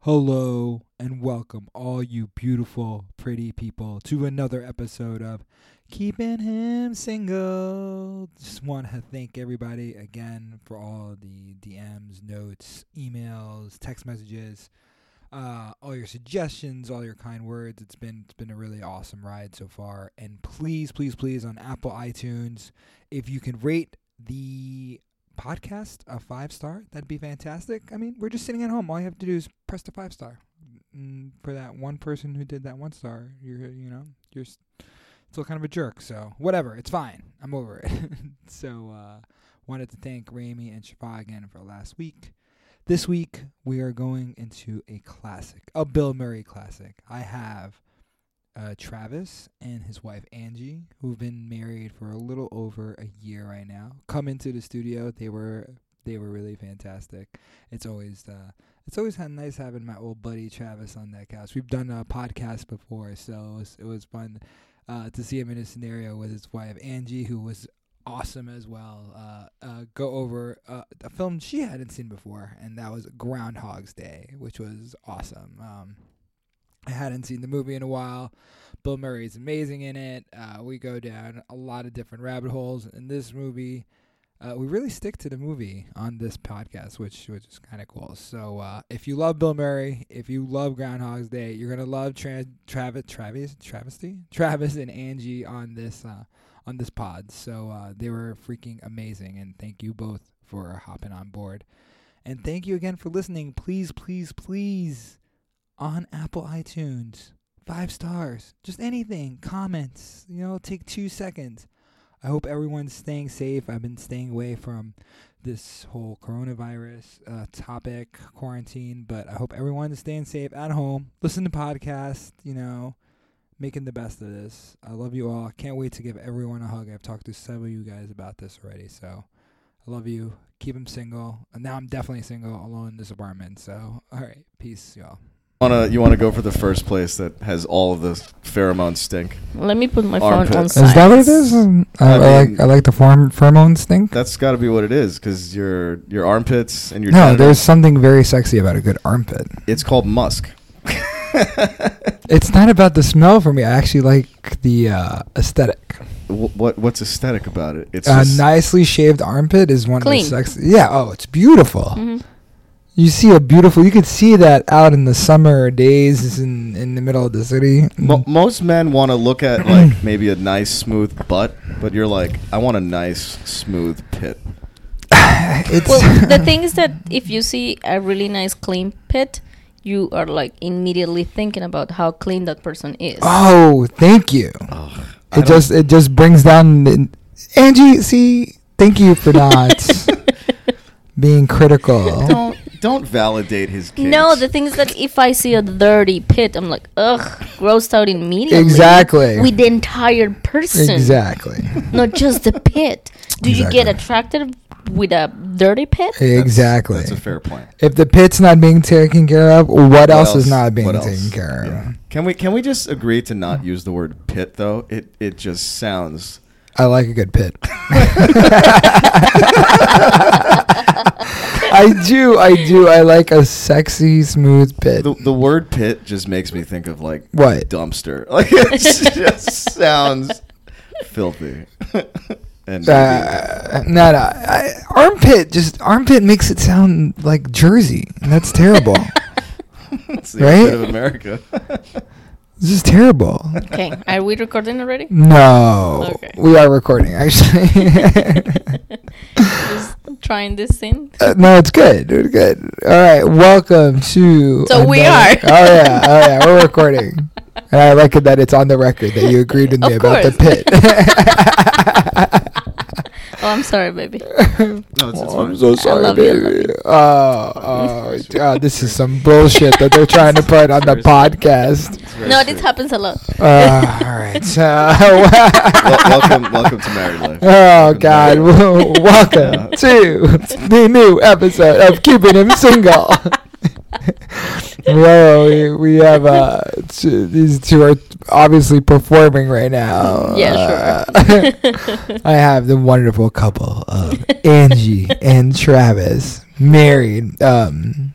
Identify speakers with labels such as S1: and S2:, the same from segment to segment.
S1: Hello and welcome, all you beautiful, pretty people, to another episode of Keeping Him Single. Just want to thank everybody again for all the DMs, notes, emails, text messages, uh, all your suggestions, all your kind words. It's been it's been a really awesome ride so far. And please, please, please, on Apple iTunes, if you can rate the podcast a five star, that'd be fantastic. I mean, we're just sitting at home. All you have to do is press the five star. Mm, for that one person who did that one star, you're you know you're s- still kind of a jerk. So whatever, it's fine. I'm over it. so uh, wanted to thank Rami and Shafa again for last week. This week we are going into a classic, a Bill Murray classic. I have. Uh, Travis and his wife Angie, who've been married for a little over a year right now, come into the studio. They were they were really fantastic. It's always uh, it's always ha- nice having my old buddy Travis on that couch. We've done a podcast before, so it was, it was fun uh, to see him in a scenario with his wife Angie, who was awesome as well. Uh, uh, go over uh, a film she hadn't seen before, and that was Groundhog's Day, which was awesome. Um, I hadn't seen the movie in a while. Bill Murray is amazing in it. Uh, we go down a lot of different rabbit holes in this movie. Uh, we really stick to the movie on this podcast, which which is kind of cool. So uh, if you love Bill Murray, if you love Groundhog's Day, you're gonna love Tra- Travis, Travis, travesty, Travis and Angie on this uh, on this pod. So uh, they were freaking amazing, and thank you both for hopping on board. And thank you again for listening. Please, please, please, on Apple iTunes, five stars, just anything, comments, you know, take two seconds. I hope everyone's staying safe. I've been staying away from this whole coronavirus uh, topic, quarantine, but I hope everyone's staying safe at home. Listen to podcasts, you know, making the best of this. I love you all. Can't wait to give everyone a hug. I've talked to several of you guys about this already, so I love you. Keep them single. And now I'm definitely single alone in this apartment. So, all right. Peace, y'all.
S2: Wanna you wanna go for the first place that has all of the pheromone stink?
S3: Let me put my
S2: Armpit.
S3: phone on
S2: Is
S3: silent.
S1: Is that what it is? Um, I,
S2: I
S1: I
S2: mean-
S1: like I like the form, pheromone stink.
S2: That's got to be what it is, because your your armpits and your
S1: no,
S2: genitals-
S1: there's something very sexy about a good armpit.
S2: It's called musk.
S1: It's not about the smell for me. I actually like the uh, aesthetic.
S2: Wh- What what's aesthetic about it? It's
S1: A
S2: just-
S1: nicely shaved armpit is one
S3: Clean.
S1: of the sexy. Yeah. Oh, it's beautiful.
S3: Mhm.
S1: You see a beautiful. You could see that out in the summer days in in the middle of the city. Mm,
S2: Mo- most men want to look at like maybe a nice smooth butt, but you're like, I want a nice smooth pit.
S1: It's
S3: Well, the thing is that if you see a really nice clean pit, you are like immediately thinking about how clean that person is.
S1: Oh, thank you.
S2: Ugh, I
S1: It
S2: don't-
S1: just it just brings down the, Angie. See, thank you for not being critical.
S2: don't don't validate his. Kinks.
S3: no, the thing is that if I see a dirty pit, I'm like, ugh, grossed out immediately.
S1: Exactly.
S3: With the entire person,
S1: Exactly.
S3: not just the pit. Do you
S1: Exactly.
S3: get attracted with a dirty pit?
S2: That's-
S1: exactly.
S2: That's a fair point.
S1: if the pit's not being taken care of, what, else, is not being
S2: what else?
S1: taken care of?
S2: Yeah. Can we can we just agree to
S1: Mm.
S2: not use the word pit though? It it just sounds
S1: I like a good pit. I do, I do. I like a sexy, smooth pit.
S2: the, the word pit just makes me think of like
S1: What?
S2: dumpster. Like it just sounds filthy. and
S1: Uh, no, no. I, armpit, just armpit makes it sound like Jersey. And that's terrible.
S2: maybe it's the
S1: right?
S2: right? of America.
S1: this is terrible.
S3: Okay, are we recording already?
S1: No.
S3: Okay.
S1: We are recording, actually.
S3: Just trying this in.
S1: Uh, no, it's good. It's good. All right, welcome to.
S3: So we
S1: another-
S3: are.
S1: Oh yeah, oh yeah, we're recording, and I like it that it's on the record that you agreed with me
S3: Of
S1: about the
S3: course.
S1: pit.
S3: Oh, I'm sorry, baby.
S2: No, it's, it's
S1: Oh, I'm
S2: fine.
S1: so sorry,
S3: love you, I love
S1: baby. Oh, oh, God, this is some bullshit that they're trying to put on the
S2: Seriously.
S1: podcast.
S2: It's very
S3: No,
S2: sweet.
S3: this happens a lot.
S1: Uh, all right, so
S2: Wel- welcome, welcome to married life.
S1: oh
S2: Welcome to
S1: God,
S2: married life.
S1: Well, welcome
S2: Yeah.
S1: to the new episode of Keeping Him Single. Well, we, we have uh, two, these two are obviously performing right now.
S3: Yeah,
S1: sure. I have the wonderful couple of Angie and Travis married. Um,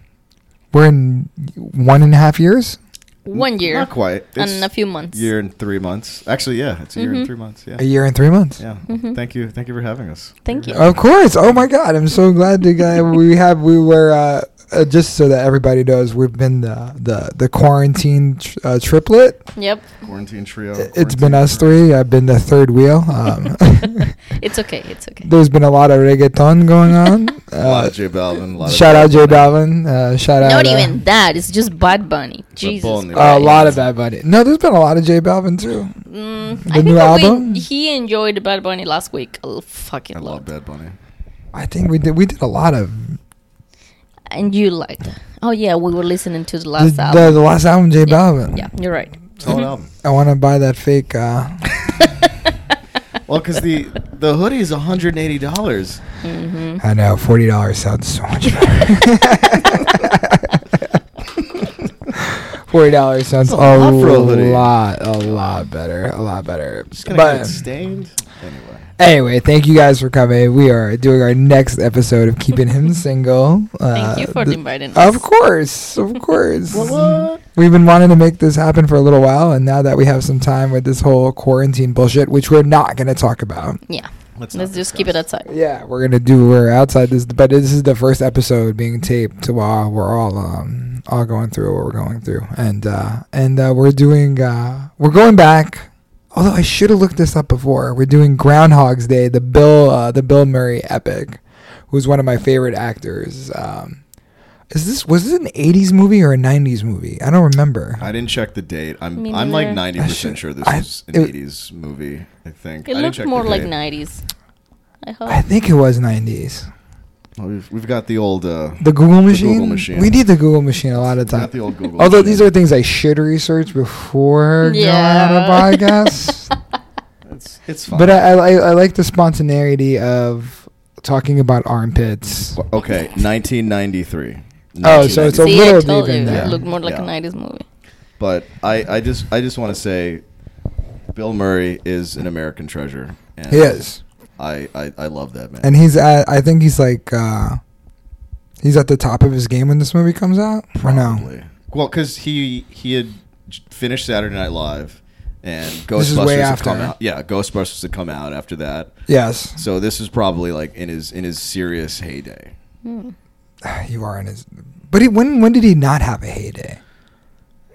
S1: We're in one and a half years.
S3: One year
S2: Not quite. It's
S3: and a few months.
S2: year and three months. Actually, yeah, it's a year
S3: Mhm.
S2: and three months. Yeah.
S1: A year and three months.
S2: Yeah.
S3: Mhm.
S2: Thank you. Thank you for having us.
S3: Thank you.
S1: Of course. Oh my God, I'm so glad the guy we have. We were uh, uh, just so that everybody knows we've been the the the quarantine tr- uh, triplet.
S3: Yep.
S2: Quarantine trio.
S1: It's
S2: quarantine
S1: been us three. I've been the third wheel. Um,
S3: It's okay. It's okay.
S1: there's been a lot of reggaeton going on.
S2: A lot
S1: Uh,
S2: of J Balvin. A lot
S1: shout
S2: of
S1: out J Balvin. Uh, shout out.
S3: Not
S1: uh,
S3: even that. It's just Bad Bunny. Jesus.
S2: Bunny.
S1: a
S3: Christ.
S1: lot of Bad Bunny. No, there's been a lot of J Balvin too.
S3: Mm,
S1: The
S3: I think
S1: new
S3: that we-
S1: album?
S3: he enjoyed Bad Bunny last week. A l- fucking
S2: I love
S3: lot.
S2: Bad Bunny.
S1: I think we did we did a lot of
S3: And you liked. Oh yeah, we were listening to the
S1: the,
S3: last
S1: the,
S3: album.
S1: the last album J Balvin.
S3: yeah, you're right.
S2: Solid album.
S1: I want to buy that fake. Uh,
S2: Well, because the the hoodie is one hundred and eighty dollars.
S3: hmm
S1: I know forty dollars sounds so much better. forty dollars sounds a,
S2: That's a lot for a hoodie.
S1: lot, a lot better, a lot better.
S2: Just gonna get it
S1: But
S2: stained. Anyway,
S1: anyway, thank you guys for coming. We are doing our next episode of Keeping Him Single. Uh,
S3: Thank you for
S1: th-
S3: inviting us.
S1: Of course, of course.
S2: what?
S1: We've been wanting to make this happen for a little while, and now that we have some time with this whole quarantine bullshit, which we're not going to talk about.
S3: Yeah.
S2: Let's, not
S3: Let's just
S2: discuss.
S3: keep it outside.
S1: Yeah, we're going to do, we're outside this, but this is the first episode being taped while we're all, um, all going through what we're going through. And, uh, and, uh, we're doing, uh, we're going back. Although I should have looked this up before. We're doing Groundhog's Day, the Bill, uh, the Bill Murray epic, who's one of my favorite actors. Um, is this was this an 80s movie or a 90s movie? I don't remember.
S2: I didn't check the date. I'm
S3: Me
S2: I'm like
S3: neither.
S2: ninety
S1: I should-
S2: percent sure this
S1: I-
S2: was an
S1: it-
S2: eighties movie. I think
S3: It
S2: I didn't
S3: looked
S2: check
S3: more
S2: the
S3: like
S2: date.
S3: 90s. I hope.
S1: I think it was 90s.
S2: Well, we've, we've got the old uh,
S1: The Google machine.
S2: machine.
S1: We need the Google machine a lot of
S2: we've got
S1: times.
S2: the old Google.
S1: Although these are
S2: machine.
S1: things I should research before going
S3: Yeah.
S1: on a podcast.
S2: it's, it's fine.
S1: but I, I, I like the spontaneity of talking about armpits.
S2: Well, okay, nineteen ninety three.
S1: Oh, so it's a
S3: See,
S1: little
S3: I told
S1: deep in
S3: you,
S1: there.
S3: it looked more like
S2: Yeah.
S3: a 90s movie.
S2: But I, I just I just want to say, Bill Murray is an American treasure. And
S1: He is.
S2: I, I, I love that man.
S1: And he's at, I think he's like, uh, he's at the top of his game when this movie comes out. Or no?
S2: Probably. Well, because he he had j- finished Saturday Night Live, and
S1: This is way
S2: Ghostbusters had
S1: after.
S2: come out. Yeah, Ghostbusters had come out after that.
S1: Yes.
S2: So this is probably like in his in his serious heyday.
S3: Hmm.
S1: You are in his. But he, when when did he not have a heyday?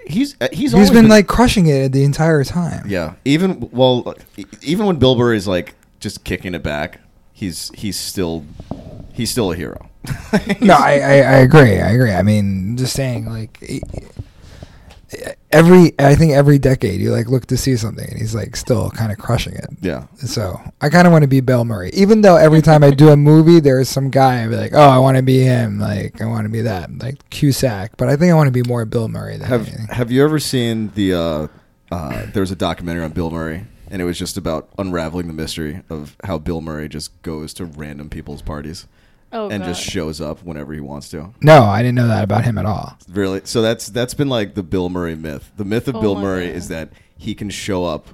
S2: He's uh, he's
S1: he's
S2: always
S1: been, like crushing it the entire time.
S2: yeah. Even well, e- even when Bill Murray is like just kicking it back, he's he's still he's still a hero.
S1: no, I, I, I agree. I agree. I mean, just saying, like e- every I think every decade you like look to see something, and he's like still kind of crushing it.
S2: yeah.
S1: So I kind of want to be Bill Murray, even though every time I do a movie, there is some guy I'd be like, oh, I want to be him. Like I want to be that, like Cusack. But I think I want to be more Bill Murray than
S2: Have
S1: anything.
S2: Have you ever seen the? Uh, uh, there was a documentary on Bill Murray, and it was just about unraveling the mystery of how Bill Murray just goes to random people's parties
S3: Oh,
S2: and
S3: God.
S2: just shows up whenever he wants to.
S1: No, I didn't know that about him at all.
S2: Really, so that's that's been like the Bill Murray myth. The myth of
S3: Oh
S2: Bill
S3: my
S2: Murray
S3: God.
S2: is that he can show up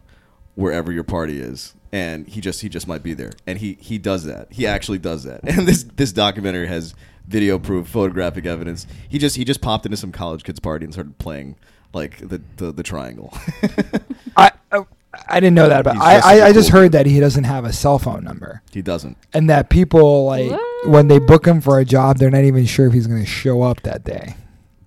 S2: wherever your party is, and he just he just might be there, and he he does that. He actually does that, and this this documentary has video proof, photographic evidence. He just he just popped into some college kids party and started playing like the the, the triangle.
S1: I I, I didn't know that about.
S2: He's
S1: I
S2: just
S1: I,
S2: a
S1: I just
S2: cool
S1: heard
S2: dude.
S1: that he doesn't have a cell phone number.
S2: he doesn't.
S1: and that people like when they book him for a job, they're not even sure if he's going to show up that day.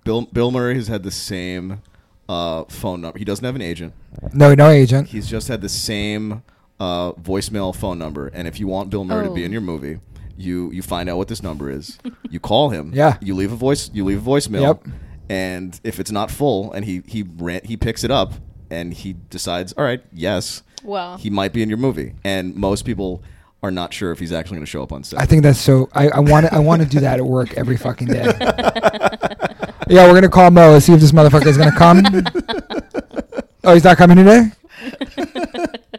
S2: Bill Bill Murray has had the same uh, phone number. He doesn't have an agent.
S1: No, no agent.
S2: He's just had the same uh, voicemail phone number. And if you want Bill Murray to be
S3: Oh.
S2: in your movie, you you find out what this number is. you call him.
S1: Yeah.
S2: You leave a voice. You leave a voicemail.
S1: Yep.
S2: And if it's not full, and he he rant, he picks it up, and he decides, all right, yes,
S3: Wow.
S2: he might be in your movie. And most people are not sure if he's actually going to show up on set.
S1: I think that's so. I, I want to. I want to do that at work every fucking day. yeah, we're gonna call Mo. Let's see if this motherfucker is gonna come. oh, he's not coming today.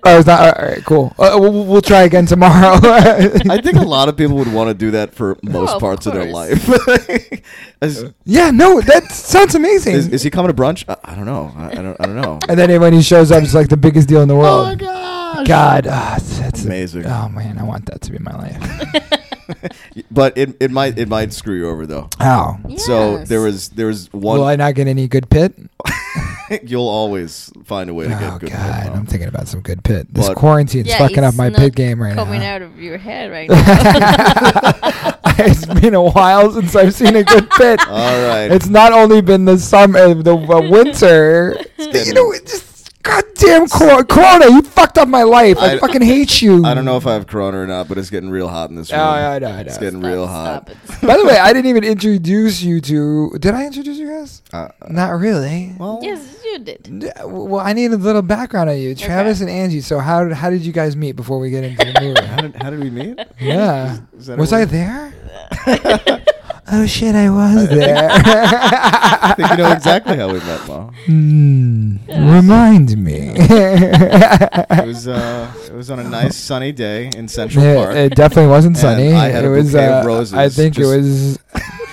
S1: oh, he's not. All right, all right, cool. Uh, we'll, we'll try again tomorrow.
S2: I think a lot of people would want to do that for most
S3: of
S2: parts of, their
S3: course.
S2: life. is,
S1: yeah, no, that sounds amazing.
S2: is, is he coming to brunch? I, I don't know. I, I don't. I don't know.
S1: and then when he shows up, it's like the biggest deal in
S3: Oh
S1: the world.
S2: Oh gosh!
S1: God, ah, that's
S2: Amazing.
S1: Oh man, I want that to be my life.
S2: but it, it might it might screw you over though.
S1: How?
S2: So
S3: Yes.
S2: there was there was one.
S1: Will I not get any good pit?
S2: you'll always find a way to get
S1: oh
S2: good.
S1: God,
S2: football.
S1: I'm thinking about some good pit. This
S2: But-
S1: quarantine's
S3: Yeah,
S1: fucking up
S3: it's
S1: my
S3: not
S1: pit game right
S3: coming
S1: now.
S3: out of your head right now.
S1: it's been a while since I've seen a good pit.
S2: All right.
S1: It's not only been the summer, the uh, winter.
S2: getting-
S1: you know, it's just goddamn cor- Corona. You fucked up my life. I,
S2: I-
S1: fucking hate you.
S2: I don't know if I have corona or not, but it's getting real hot in this
S1: Oh,
S2: room.
S1: I know, I
S2: It's
S1: know.
S2: getting
S3: Stop,
S2: real hot.
S3: stop it.
S1: By the way, I didn't even introduce you to. Did I introduce you guys?
S2: Uh,
S1: Not really.
S2: well,
S3: Yes, you did.
S1: D- Well, I need a little background on you, Travis and Angie. So how did, how did you guys meet before we get into the
S2: how
S1: movie?
S2: did how did we meet?
S1: yeah,
S2: Is that a
S1: was
S2: word?
S1: I there? oh shit, I was there.
S2: I think you know exactly how we met, Ma.
S1: Hmm, remind me. yeah,
S2: It was uh, it was on a nice sunny day in Central Park.
S1: it definitely wasn't sunny.
S2: I had
S1: it
S2: a
S1: was.
S2: bouquet
S1: Uh,
S2: of roses,
S1: I think it
S2: just-
S1: was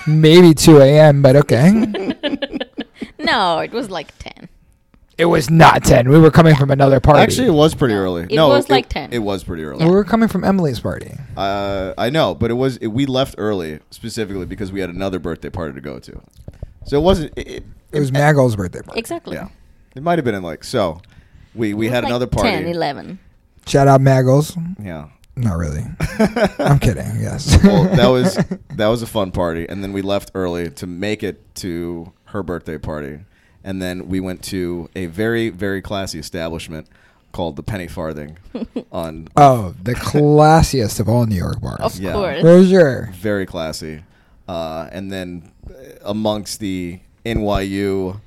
S1: maybe 2 a.m. But okay,
S3: No, it was like 10.
S1: it was not 10. We were coming from another party.
S2: Actually, it was pretty early.
S3: It
S2: no,
S3: was like 10.
S2: It was pretty
S1: we
S2: early.
S1: were coming from Emily's party.
S2: Uh, I know, but it was it, we left early specifically because we had another birthday party to go to. So it wasn't. It, it,
S1: It was Magel's birthday party.
S3: Exactly.
S2: yeah, it might have been in like so. We we
S3: It was
S2: had
S3: like
S2: another party.
S3: 10, 11.
S1: Shout out Maggles.
S2: Yeah.
S1: Not really. I'm kidding. Yes.
S2: well, that was that was a fun party, and then we left early to make it to her birthday party, and then we went to a very very classy establishment called the Penny Farthing on
S1: oh, the classiest of all New York bars.
S3: Of
S2: Yeah.
S3: course.
S1: For sure.
S2: very classy, uh, and then amongst the NYU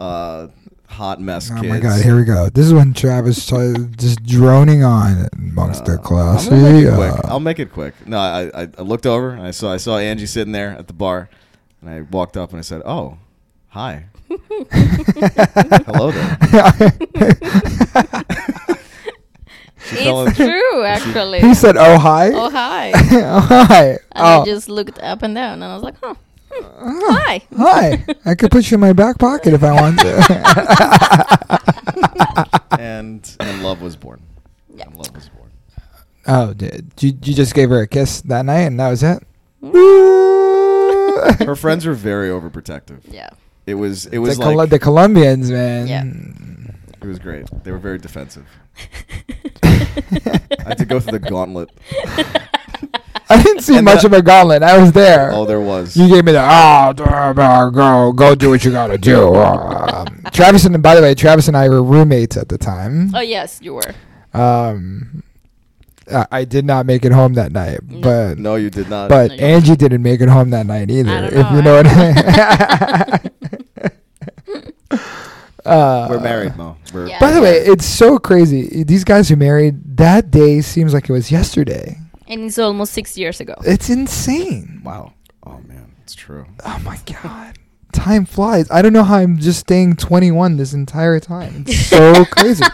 S2: uh, hot mess
S1: Oh
S2: kids.
S1: my God! Here we go. This is when Travis started just droning on amongst the
S2: Uh, I'm
S1: classy.
S2: gonna make it quick.
S1: uh,
S2: I'll make it quick. No, I, I, I looked over and I saw I saw Angie sitting there at the bar, and I walked up and I said, "Oh, hi, hello there." fell in-
S3: It's true, actually.
S1: he said, "Oh hi,
S3: oh, hi. And
S1: oh hi,
S3: I
S1: oh Ah,
S3: just looked up and down and I was like, huh. hmm, Hi.
S1: hi." I could put you in my back pocket if I want to.
S2: and and love was born.
S3: Yeah.
S2: And love was born.
S1: oh, did you, you just gave her a kiss that night, and that was it?
S3: Mm-hmm.
S2: Her friends were very overprotective.
S3: Yeah.
S2: It was it
S1: the,
S2: was
S1: Col-
S2: like
S1: the Colombians, man.
S2: it was great. They were very defensive. I had to go through the gauntlet.
S1: I didn't see
S2: And
S1: much
S2: the-
S1: of a gauntlet. I was there.
S2: Oh, there was.
S1: You gave me the oh, duh, bah, go go do what you gotta do. Um, Travis and by the way, Travis and I were roommates at the time.
S3: Oh, yes, you were.
S1: Um, I, I did not make it home that night,
S3: No.
S1: but
S2: No, you did not.
S1: but
S3: No, you-
S1: Angie didn't make it home that night either.
S3: I don't
S1: If
S3: know,
S1: you
S3: I-
S1: know what I mean. uh,
S2: we're married, Mo. We're,
S3: Yeah.
S1: By the way, it's so crazy. These guys who married that day seems like it was yesterday.
S3: And it's almost six years ago.
S1: It's insane.
S2: wow. Oh man, it's true.
S1: Oh my god. Time flies. I don't know how I'm just staying 21 this entire time. It's so crazy.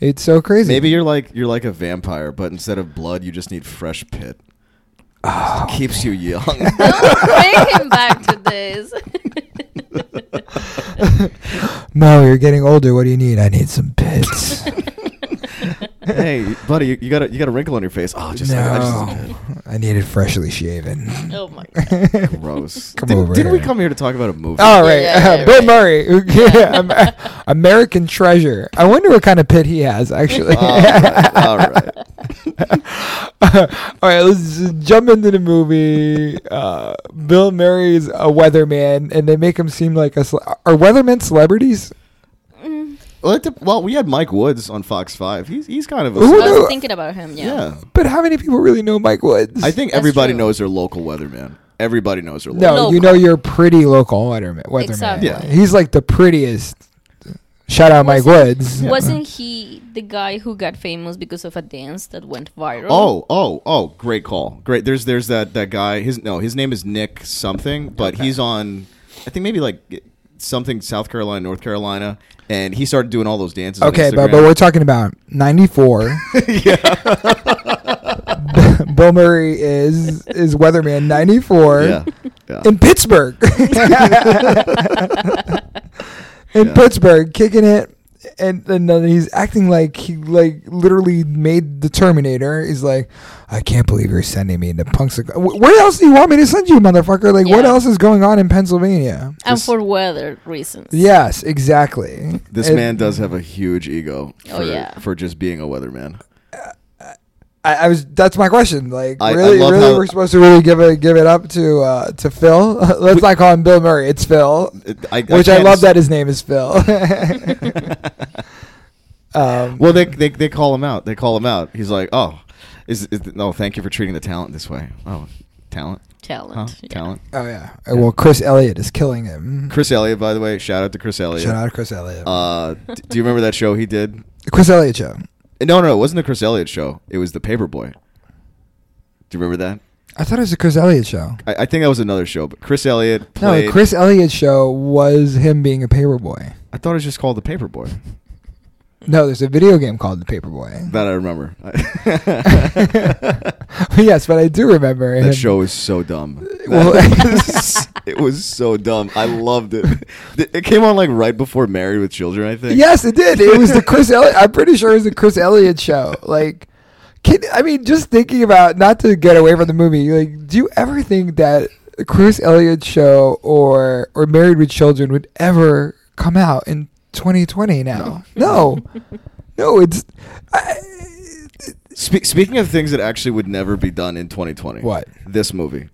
S1: It's so crazy.
S2: Maybe you're like you're like a vampire, but instead of blood, you just need fresh pit.
S1: Oh,
S2: Keeps you young.
S3: Don't bring him back to this.
S1: Mo, you're getting older. What do you need? I need some pits.
S2: hey, buddy, you, you got a you got a wrinkle on your face. Oh, just I
S1: no,
S2: just-
S1: I need it freshly shaven.
S3: oh, my God.
S2: gross.
S1: Come
S2: did,
S1: over
S2: Didn't we
S1: here.
S2: come here to talk about a movie?
S1: All right,
S3: Yeah, yeah,
S1: uh, Bill
S3: right.
S1: Murray, who- yeah, Am- American treasure. I wonder what kind of pit he has actually.
S3: Uh.
S2: all right. All right.
S1: All right, let's just jump into the movie. Uh, Bill Murray's a weatherman, and they make him seem like a. Cele- are weathermen celebrities?
S3: Mm.
S2: Well, it dep- well, we had Mike Woods on Fox Five. He's he's kind of a
S1: Who
S3: I
S2: celebrity.
S1: knew-
S3: was thinking about him,
S2: yeah.
S3: yeah.
S1: But how many people really know Mike Woods?
S2: I think
S3: That's
S2: everybody
S3: true.
S2: knows their local weatherman. Everybody knows their
S1: no.
S2: local.
S1: You
S3: Local.
S1: know, you're pretty local weatherman. weatherman.
S3: Exactly.
S2: Yeah.
S1: he's like the prettiest. Shout out Mike Woods.
S3: Wasn't he the guy who got famous because of a dance that went viral?
S2: Oh, oh, oh! Great call. Great. There's there's that that guy. His no, his name is Nick something, but he's on. I think maybe like something South Carolina, North Carolina, and he started doing all those dances. on
S1: Okay, but,
S2: Instagram.
S1: but we're talking about 94. Bill Murray is is weatherman 94
S2: yeah, yeah.
S1: in Pittsburgh. in
S2: Yeah.
S1: Pittsburgh, kicking it and and then he's acting like he like literally made the Terminator. He's like, I can't believe you're sending me into Punxsutaw. Wh- Where else do you want me to send you, motherfucker? Like, what
S3: Yeah.
S1: else is going on in Pennsylvania?
S3: and
S2: This-
S3: for weather reasons.
S1: Yes, exactly.
S2: This
S1: And
S2: man does have a huge ego for,
S3: Oh, yeah.
S2: for just being a weatherman.
S1: I, I was. That's my question. Like,
S2: I- I
S1: really,
S2: love
S1: really,
S2: how-
S1: we're supposed to really give it give it up to uh, to Phil. Let's not call him Bill Murray. It's Phil,
S2: It- I,
S1: which I,
S2: can't
S1: love
S2: s-
S1: that his name is Phil. um,
S2: Well, they, they they call him out. They call him out. He's like, oh, is, is no, thank you for treating the talent this way. Oh, talent, huh?
S3: Talent. yeah.
S2: Talent.
S1: oh yeah. Uh, Well, Chris Elliott is killing him.
S2: Chris Elliott, by the way, shout out to Chris Elliott.
S1: Shout out to Chris Elliott.
S2: Uh, d- do you remember that show he did?
S1: Chris Elliott show.
S2: No, no, it wasn't the Chris Elliott show. It was the Paperboy. Do you remember that?
S1: I thought it was a Chris Elliott show.
S2: I, I think that was another show, but Chris Elliott
S1: No,
S2: played.
S1: the Chris Elliott show was him being a paper boy.
S2: I thought it was just called the Paperboy.
S1: No, there's a video game called The Paperboy.
S2: That I remember.
S1: yes, but I do remember him.
S2: That show is so dumb.
S1: Well-
S2: it was so dumb. I loved it. It came on like right before Married with Children, I think.
S1: Yes, it did. It was the Chris Elliott. I'm pretty sure it was the Chris Elliott show. Like, can I mean, just thinking about not to get away from the movie. Like, do you ever think that the Chris Elliott show or or Married with Children would ever come out in 2020? Now, no, no, it's I,
S2: Spe- speaking of things that actually would never be done in 2020,
S1: What?
S2: this movie?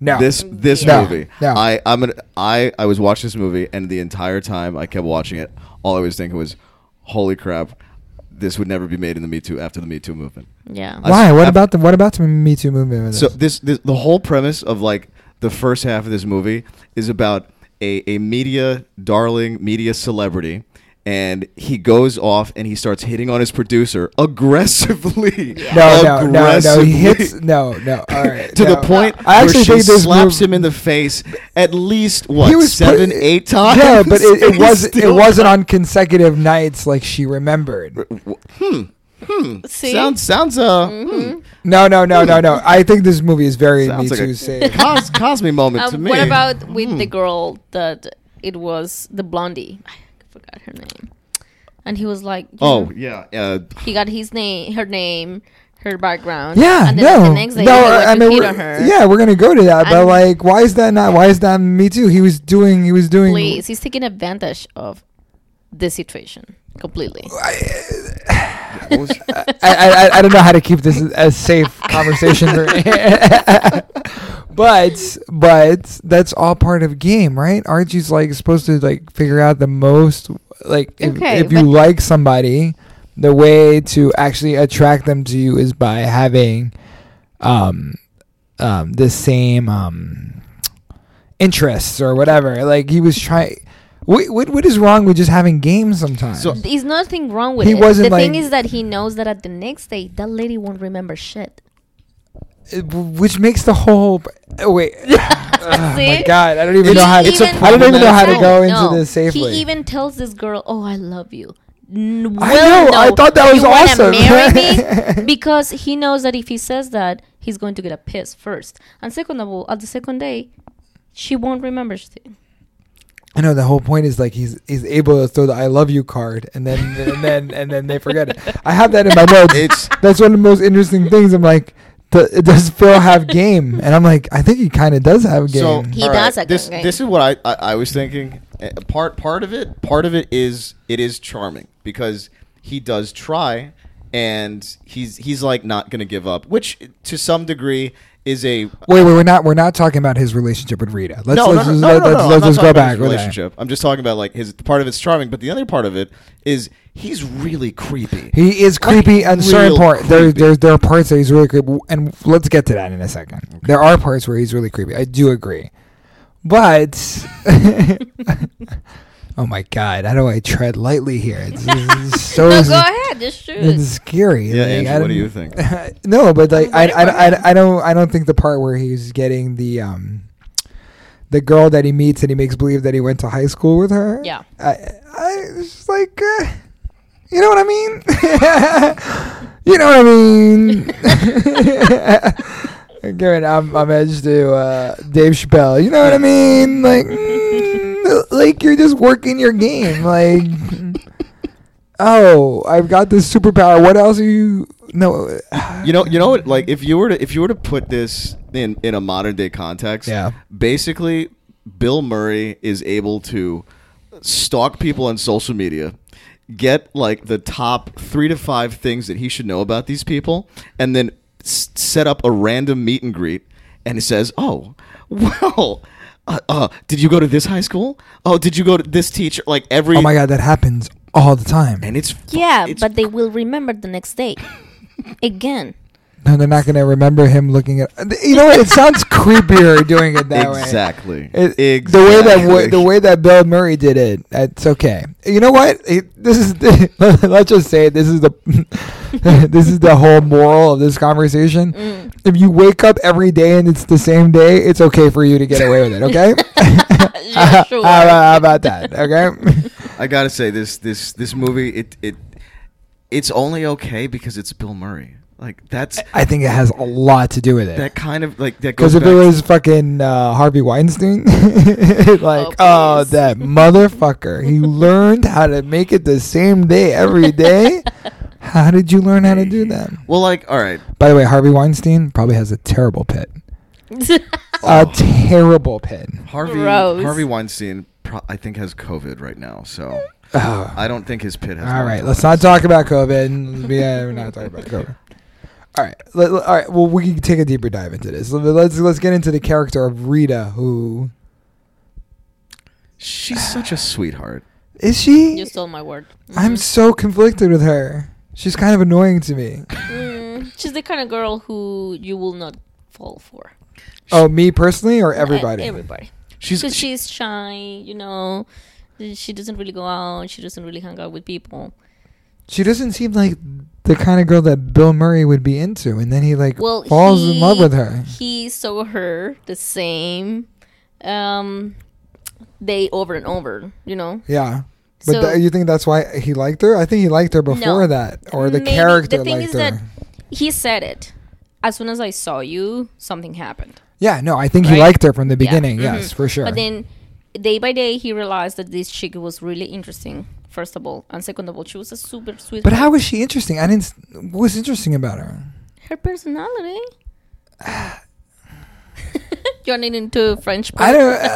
S1: no.
S2: This this
S1: No.
S2: movie.
S1: No.
S2: I I'm an, I I was watching this movie and the entire time I kept watching it, all I was thinking was, "Holy crap, this would never be made in the Me Too after the Me Too movement."
S3: Yeah.
S2: I-
S1: why? What about the what about the Me Too movement? with
S2: So
S1: this?
S2: this, this the whole premise of like the first half of this movie is about a, a media darling, media celebrity, and he goes off and he starts hitting on his producer aggressively.
S1: No, no, no, no.
S2: Aggressively.
S1: He hits. No, no. All right.
S2: to
S1: no.
S2: the point
S1: I
S2: where
S1: actually
S2: she
S1: think this
S2: slaps
S1: move-
S2: him in the face at least what seven,
S1: put-
S2: eight times.
S1: Yeah, but it,
S2: And
S1: it
S2: he
S1: was it
S2: still
S1: wasn't on consecutive nights like she remembered.
S3: See? Mm-hmm.
S2: sounds sounds uh hmm,
S1: No, no, no, no, no. I think this movie is very Me
S2: sounds like
S1: Too
S2: a
S1: safe.
S2: cos- Cosme moment to
S3: Um,
S2: me.
S3: what about with the
S1: Hmm.
S3: girl that it was the blondie? I forgot her name. And he was like, you
S2: Oh
S3: know,
S2: yeah, uh,
S3: he got his name, her name, her background.
S1: Yeah,
S3: and then
S1: no,
S3: like, the next day,
S1: no.
S3: he went
S1: I
S3: to
S1: mean,
S3: hit
S1: we're-
S3: on her.
S1: yeah, we're gonna go to that, but
S3: And-
S1: like, why is that not? Why is that Me Too? He was doing. He was doing.
S3: please, he's taking advantage of the situation completely.
S2: what was-
S1: I, I, I- I don't know how to keep this as safe conversation for but but that's all part of game right archie's like supposed to like figure out the most like if,
S3: Okay,
S1: if you
S3: but-
S1: like somebody the way to actually attract them to you is by having um um the same um interests or whatever like he was trying what, what, what is wrong with just having games sometimes
S2: So-
S3: There's nothing wrong with
S1: He
S3: it.
S1: wasn't
S3: the thing
S1: like-
S3: is that he knows that at the next day, that lady won't remember shit.
S1: It- which makes the whole oh, wait oh my
S3: See?
S1: god i don't even
S3: He
S1: know how to,
S2: It's a
S1: i don't even know how to
S2: problematic-
S1: go
S3: No,
S1: into
S3: no.
S1: this safely
S3: He even tells this girl, "Oh, I love you." N-
S1: I
S3: well,
S1: know, I thought that
S3: you
S1: was
S3: wanna
S1: awesome.
S3: marry me? because he knows that if he says that, he's going to get a piss first, and second of all, at the second day, she won't remember shit.
S1: i know the whole point is like he's he's able to throw the i love you card and then and then and then they forget it i have that in my notes
S2: It's-
S1: that's one of the most interesting things i'm like "D- does phil have game and i'm like i think he kind of does have game
S2: So
S3: He
S2: all
S3: does a
S2: this,
S3: good game.
S2: this is what I, I, I was thinking. Uh, Part part of it, part of it is it is charming because he does try, and he's he's like not going to give up, which to some degree is a
S1: Wait, wait, we're not we're not talking about his relationship with Rita. Let's let's just- let's
S2: I'm
S1: let's-
S2: not
S1: let's
S2: talking
S1: go
S2: about
S1: back.
S2: his
S1: with that.
S2: relationship. I'm just talking about like his part of it's charming, but the other part of it is he's really creepy.
S1: He is creepy
S2: Like,
S1: on certain
S2: real
S1: part. There,
S2: creepy.
S1: there, there are parts that he's really creepy, and let's get to that in a second. There are parts where he's really creepy. I do agree, but oh my god, how do I tread lightly here? It's, it's so
S3: No, go ahead, just shoot.
S1: it's scary.
S2: yeah,
S1: like,
S2: Andrew,
S1: I
S2: what do
S1: don't-
S2: you think?
S1: no, but like I, I,
S3: Whatever.
S1: I, I don't I don't think the part where he's getting the um the girl that he meets and he makes believe that he went to high school with her.
S3: Yeah.
S1: I I it's just like uh, you know what I mean? you know what I mean? Giving I'm I'm edged to uh, Dave Chappelle. You know what I mean? Like mm, like you're just working your game like oh, I've got this superpower. What else are you? No, oh
S2: You know, you know what? Like, if you were to if you were to put this in in a modern day context,
S1: Yeah.
S2: Basically, Bill Murray is able to stalk people on social media, get like the top three to five things that he should know about these people, and then s- set up a random meet and greet. And he says, "Oh, well." Uh, uh, did you go to this high school? Oh, did you go to this teacher? Like every
S1: oh my god, that happens all the time.
S2: and it's fu-
S3: Yeah,
S2: it's
S3: but they will remember the next day. Again.
S1: No, they're not gonna remember him looking at. You know what? It sounds creepier doing it that way.
S2: exactly
S1: It,
S2: exactly
S1: The way that w- the way that Bill Murray did it, it's okay. You know what? It- this is the, let's just say it, this is the this is the whole moral of this conversation.
S3: Mm.
S1: If you wake up every day and it's the same day, it's okay for you to get away with it. Okay?
S3: Yeah,
S1: how,
S3: sure.
S1: about, how about that? Okay.
S2: I gotta say this this this movie it it it's only okay because it's Bill Murray. Like that's
S1: I think it has a lot to do with it.
S2: that kind of like that
S1: Because
S2: goes
S1: if
S2: back-
S1: it was fucking uh, Harvey Weinstein, like, oh,
S3: Oh, please.
S1: that motherfucker. He learned how to make it the same day every day. How did you learn how to do that?
S2: well, like all right,
S1: By the way, Harvey Weinstein probably has a terrible pit.
S3: Uh, Oh,
S1: A terrible pit.
S2: Harvey
S3: Gross.
S2: Harvey Weinstein. Pro- I think has COVID right now, so
S1: Oh.
S2: I don't think his pit has.
S1: All right, let's not talk about COVID. Yeah, we're not talking about COVID. All right, let- let- all right. Well, we can take a deeper dive into this. Let's let's get into the character of Rita, who
S2: She's such a sweetheart.
S1: is she?
S3: You stole my word.
S1: I'm
S3: Mhm.
S1: so conflicted with her. She's kind of annoying to me.
S3: Mm, she's the kind of girl who you will not fall for. Uh,
S1: Oh, me personally or everybody?
S3: Everybody.
S2: She's
S3: Because
S2: she-
S3: she's shy, you know. She doesn't really go out. She doesn't really hang out with people.
S1: She doesn't seem like the kind of girl that Bill Murray would be into, and then he like
S3: Well,
S1: falls in
S3: he-
S1: love with her.
S3: He saw her the same um, day over and over, you know.
S1: Yeah, but
S3: So-
S1: tha- you think that's why he liked her? I think he liked her before
S3: No.
S1: that, or the
S3: Maybe. The
S1: character
S3: thing
S1: liked
S3: is that-
S1: her.
S3: He said it. As soon as I saw you, something happened.
S1: Yeah, no, I think he
S3: Right?
S1: liked her from the
S3: Yeah.
S1: beginning.
S3: Mhm.
S1: Yes, for sure.
S3: But then, day by day, he realized that this chick was really interesting. First of all, and second of all, she was a super sweet.
S1: But how was she interesting? I didn't. s- What was interesting about her?
S3: her personality? You're not into French.
S1: I
S3: people?
S1: don't. uh,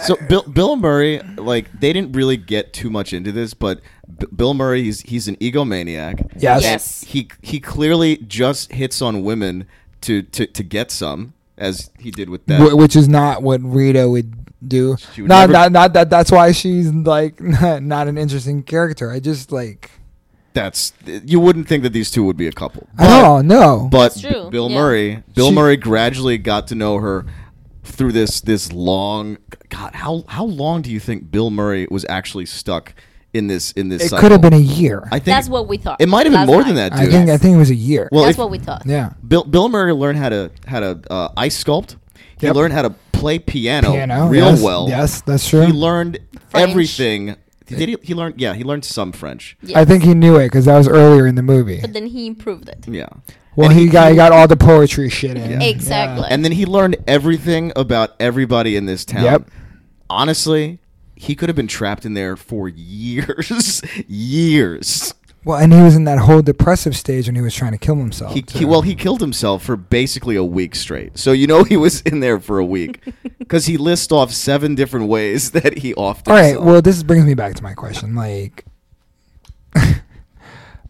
S2: so Bill Bill Murray. Like they didn't really get too much into this, but B- Bill Murray he's he's an egomaniac.
S1: Yes.
S3: Yes.
S2: he he clearly just hits on women to to, to get some, as he did with that.
S1: Wh- which is not what Rita would do.
S2: She would
S1: Not,
S2: never-
S1: not not that. That's why she's like not, not an interesting character. I just like
S2: That's you wouldn't think that these two would be a couple.
S1: I don't know.
S2: But
S3: That's true,
S2: B- Bill
S3: yeah.
S2: Murray, Bill
S1: She-
S2: Murray gradually got to know her through this this long. God, how how long do you think Bill Murray was actually stuck in this in this?
S1: it
S2: cycle?
S1: could have been a year.
S2: I
S1: I,
S2: think
S3: That's what we thought.
S2: It might have been
S3: That's
S2: more
S3: what
S2: than
S3: I-
S2: that, dude.
S1: think I think it was a year.
S2: Well,
S3: That's
S2: if-
S3: what we thought.
S1: yeah.
S2: Bill Bill Murray learned how to how to uh, ice sculpt. He
S1: Yep.
S2: learned how to play piano,
S1: Piano,
S2: real
S1: yes,
S2: well.
S1: yes, that's true.
S2: He learned
S3: French.
S2: everything. Did he, he learned? Yeah, he learned some French.
S3: Yes.
S1: I think he knew it because that was earlier in the movie.
S3: But then he improved it.
S2: Yeah.
S1: Well,
S2: And
S1: he got he got all the poetry shit in.
S2: Yeah.
S3: Exactly.
S2: and then he learned everything about everybody in this town.
S1: Yep.
S2: Honestly, he could have been trapped in there for years, years.
S1: Well, and he was in that whole depressive stage when he was trying to kill himself.
S2: He, he
S1: too.
S2: well, he killed himself for basically a week straight. So you know he was in there for a week because he lists off seven different ways that he offed.
S1: All right.
S2: himself.
S1: Well, this brings me back to my question. Like,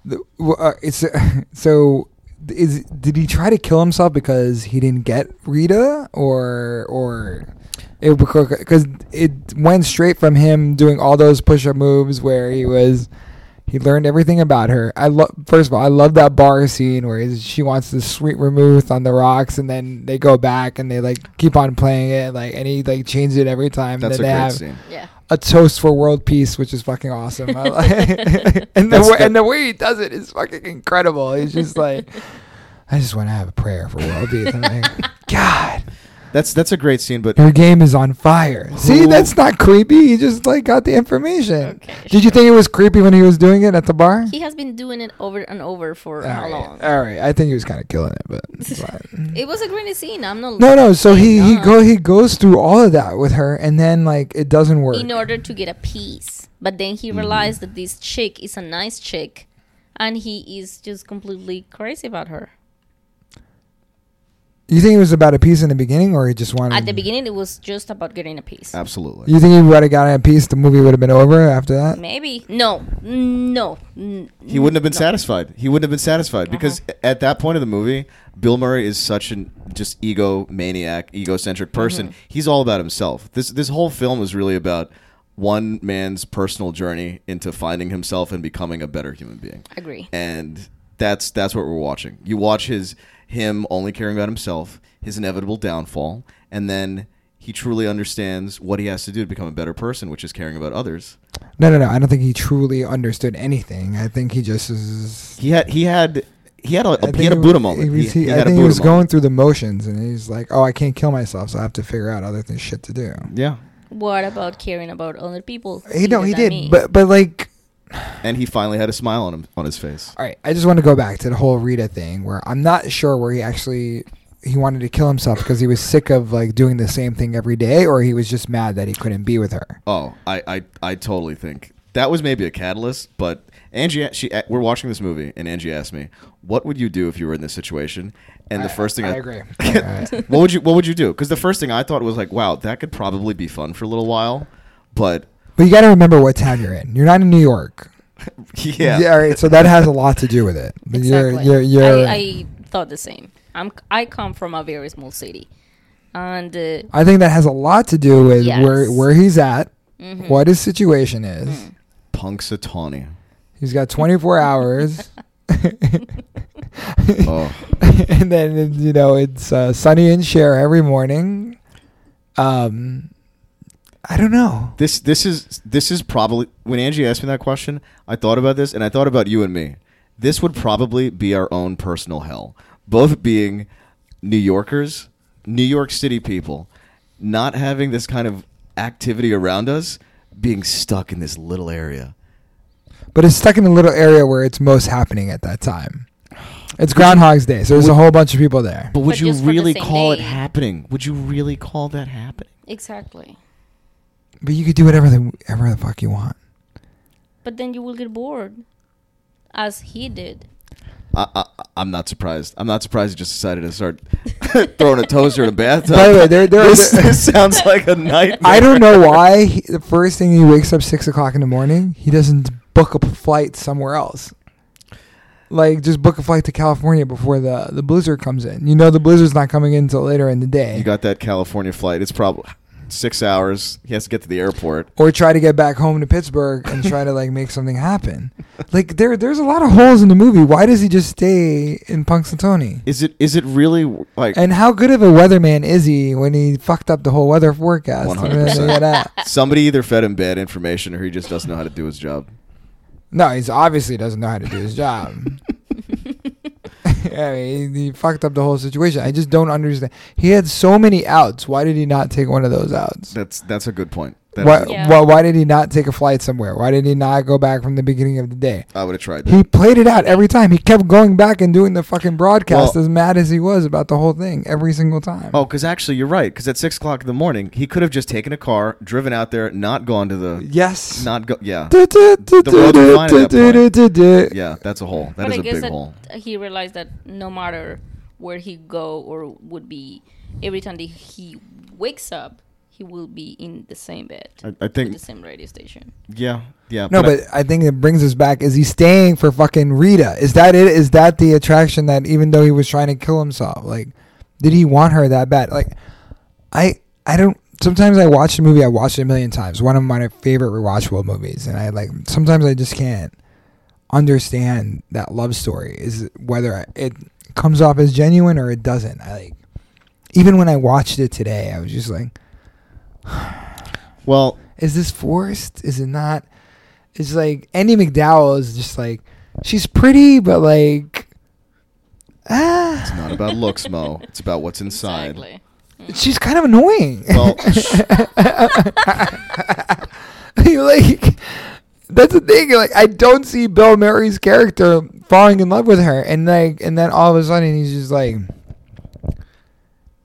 S1: the, well, uh, it's so is did he try to kill himself because he didn't get Rita, or or it because it went straight from him doing all those push-up moves where he was. He learned everything about her. I love. First of all, I love that bar scene where he's- she wants the sweet vermouth on the rocks, and then they go back and they like keep on playing it, like and he like changes it every time.
S2: that's
S1: that
S2: a great
S1: they have,
S2: scene.
S3: yeah.
S1: a toast for world peace, which is fucking awesome. I like- and the
S2: That's
S1: way,
S2: the-
S1: and the way he does it is fucking incredible. He's just like, I just want to have a prayer for world peace. I'm like, God,
S2: That's that's a great scene, but
S1: Her game is on fire. See,
S2: Who-
S1: that's not creepy. He just like got the information.
S3: Okay,
S1: Did you think it was creepy when he was doing it at the bar?
S3: He has been doing it over and over for
S1: All
S3: how
S1: right.
S3: long?
S1: All right. I think he was kind of killing it, but it's fine.
S3: It was a great scene. I'm not.
S1: no,
S3: Uh-huh.
S1: no. So he he
S3: Nah.
S1: go he goes through all of that with her, and then like it doesn't work.
S3: in order to get a piece. But then
S1: Mm-hmm.
S3: he realized that this chick is a nice chick, and he is just completely crazy about her.
S1: You think it was about a piece in the beginning, or he just wanted?
S3: At the beginning, it was just about getting a piece.
S2: absolutely.
S1: You think he would have gotten a piece? The movie would have been over after that.
S3: Maybe no, no.
S2: He wouldn't have been satisfied. He wouldn't have been satisfied because at that point of the movie, Bill Murray is such an just ego maniac, egocentric person. He's all about himself. This this whole film is really about one man's personal journey into finding himself and becoming a better human being.
S3: Agree.
S2: And that's that's what we're watching. You watch his him only caring about himself, his inevitable downfall, and then he truly understands what he has to do to become a better person, which is caring about others.
S1: No, no, no. I don't think he truly understood anything. I think he just is.
S2: He had he had he had
S1: I
S2: a Oh, he
S1: think
S2: had a
S1: it
S2: Buddha
S1: was-
S2: moment.
S1: it was-
S2: He, he
S1: I
S2: had a
S1: think
S2: Buddha
S1: he was
S2: moment.
S1: going through the motions, and he's like, "Oh, I can't kill myself, so I have to figure out other things, shit to do."
S2: Yeah,
S3: What about caring about other people?
S1: He no,
S3: Either
S1: he
S3: than
S1: did,
S3: me.
S1: but but like,
S2: and he finally had a smile on him on his face.
S1: all right. I just want to go back to the whole Rita thing, where I'm not sure where he actually he wanted to kill himself because he was sick of like doing the same thing every day, or he was just mad that he couldn't be with her.
S2: Oh, I I, I totally think that was maybe a catalyst. But Angie, she we're watching this movie, and Angie asked me, "What would you do if you were in this situation?" And the first thing
S1: I, agree. All right.
S2: what would you What would you do? Because the first thing I thought was like, "Wow, that could probably be fun for a little while," but
S1: But you got to remember what town you're in. You're not in New York.
S2: yeah,
S1: All right. So that has a lot to do with it.
S3: exactly.
S1: You're, you're, you're,
S3: I, I thought the same. I'm. I come from a very small city, and uh,
S1: I think that has a lot to do with
S3: Yes. Mm-hmm.
S1: where where he's at, what his situation is.
S2: Punxsutawney.
S1: He's got 24 hours,
S2: Oh,
S1: and then you know it's uh, sunny and Cher every morning. Um, I don't know.
S2: this this is this is probably when Angie asked me that question, I thought about this and I thought about you and me. This would probably be our own personal hell. Both being New Yorkers, New York City people, not having this kind of activity around us, being stuck in this little area.
S1: But it's stuck in the little area where it's most happening at that time. It's Groundhog's Day, so there's a whole bunch of people there.
S2: But would
S3: But
S2: you
S3: just for the
S2: really
S3: same
S2: call it
S3: day.
S2: happening? Would you really call that happening?
S3: exactly.
S1: But you could do whatever the whatever the fuck you want.
S3: But then you will get bored, as he did.
S2: I, I, I'm not surprised. I'm not surprised you just decided to start throwing a toaster in a bathtub.
S1: By the way, there- there-
S2: this,
S1: there-
S2: this sounds like a nightmare.
S1: I don't know why he, the first thing he wakes up six o'clock in the morning, he doesn't book a p- flight somewhere else. Like just book a flight to California before the the blizzard comes in. You know the blizzard's not coming in until later in the day.
S2: You got that California flight. It's probably six hours. He has to get to the airport.
S1: or try to get back home to Pittsburgh and try to like make something happen. Like there, there's a lot of holes in the movie. Why does he just stay in Punxsutawney?
S2: Is it? Is it really like
S1: And how good of a weatherman is he when he fucked up the whole weather forecast?
S2: 100%.
S1: Look at that.
S2: somebody either fed him bad information or he just doesn't know how to do his job?
S1: No, he's obviously doesn't know how to do his job. I mean, he, he fucked up the whole situation. I just don't understand. He had so many outs. Why did he not take one of those outs?
S2: That's that's a good point. That
S1: Why,
S2: is-
S3: Yeah.
S1: why, why did he not take a flight somewhere? Why did he not go back from the beginning of the day?
S2: I would have tried that.
S1: He played it out every time. He kept going back and doing the fucking broadcast
S2: Well-
S1: as mad as he was about the whole thing every single time.
S2: Oh, because actually you're right. Because at six o'clock in the morning, he could have just taken a car, driven out there, not gone to the,
S1: yes.
S2: not go. Yeah,
S1: The
S2: world's fine at that
S1: Yeah.
S2: yeah. That's a hole. That
S3: but
S2: is
S3: I
S2: a
S3: guess
S2: big
S3: that
S2: hole.
S3: he realized that no matter where he go or would be, every time that he wakes up, he will be in the same bed,
S2: I, I
S3: with
S2: think.
S3: the same radio station.
S2: Yeah, yeah.
S1: No, but I think it brings us back. Is he staying for fucking Rita? Is that it? Is that the attraction that even though he was trying to kill himself, like, did he want her that bad? Like, I, I don't. Sometimes I watch a movie. I watch it a million times. One of my favorite rewatchable movies, and I like. Sometimes I just can't understand that love story. Is whether it comes off as genuine or it doesn't. I like. Even when I watched it today, I was just like,
S2: well,
S1: is this forced? Is it not? It's like Andy McDowell is just like she's pretty, but like ah,
S2: it's not about looks, Mo. It's about what's inside.
S3: Exactly.
S1: She's kind of annoying.
S2: Well,
S1: like that's the thing. Like I don't see Bill Murray's character falling in love with her, and like, and then all of a sudden he's just like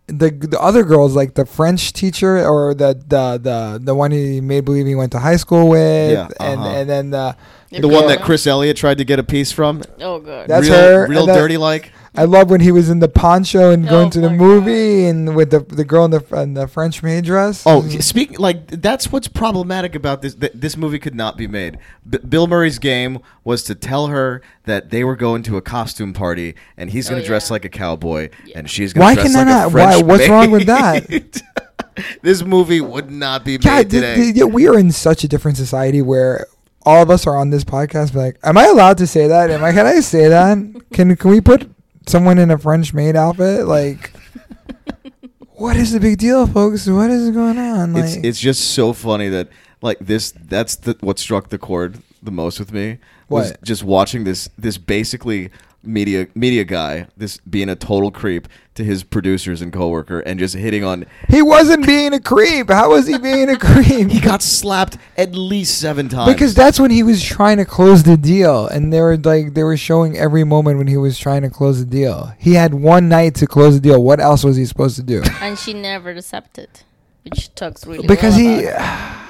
S1: the the other girls, like the French teacher or the the the, the one he made believe he went to high school with,
S2: Yeah,
S1: and
S2: uh-huh.
S1: and then the
S2: the one that Chris Elliott tried to get a piece from.
S3: Oh god.
S1: That's
S2: real,
S1: her,
S2: Real
S1: and that-
S2: dirty like.
S1: I love when he was in the pawn show and
S3: Oh
S1: going to the
S3: my
S1: movie and with the the girl in the in the French maid dress.
S2: Oh,
S3: Mm-hmm.
S2: speak like that's what's problematic about this. Th- this movie could not be made. B- Bill Murray's game was to tell her that they were going to a costume party and he's
S3: Oh,
S2: going to dress
S3: yeah.
S2: like a cowboy
S3: Yeah.
S2: and she's going
S1: why
S2: to dress
S1: can
S2: like
S1: that
S2: a
S1: not?
S2: French
S1: Why? What's wrong with that?
S2: maid. this movie would not be
S1: God,
S2: made
S1: th-
S2: today.
S1: th- yeah, we are in such a different society where all of us are on this podcast. But like, am I allowed to say that? Am I? Can I say that? Can Can we put someone in a French maid outfit? Like, what is the big deal, folks? What is going on? Like,
S2: it's it's just so funny that like this that's the what struck the chord the most with me was
S1: What?
S2: just watching this this basically media media guy this being a total creep to his producers and coworker and just hitting on
S1: he wasn't being a creep. How was he being a creep?
S2: he got slapped at least seven times
S1: because that's when he was trying to close the deal, and they were like they were showing every moment when he was trying to close the deal. He had one night to close the deal. What else was he supposed to do?
S3: and she never accepted, which talks really
S1: because
S3: well
S1: he
S3: about her.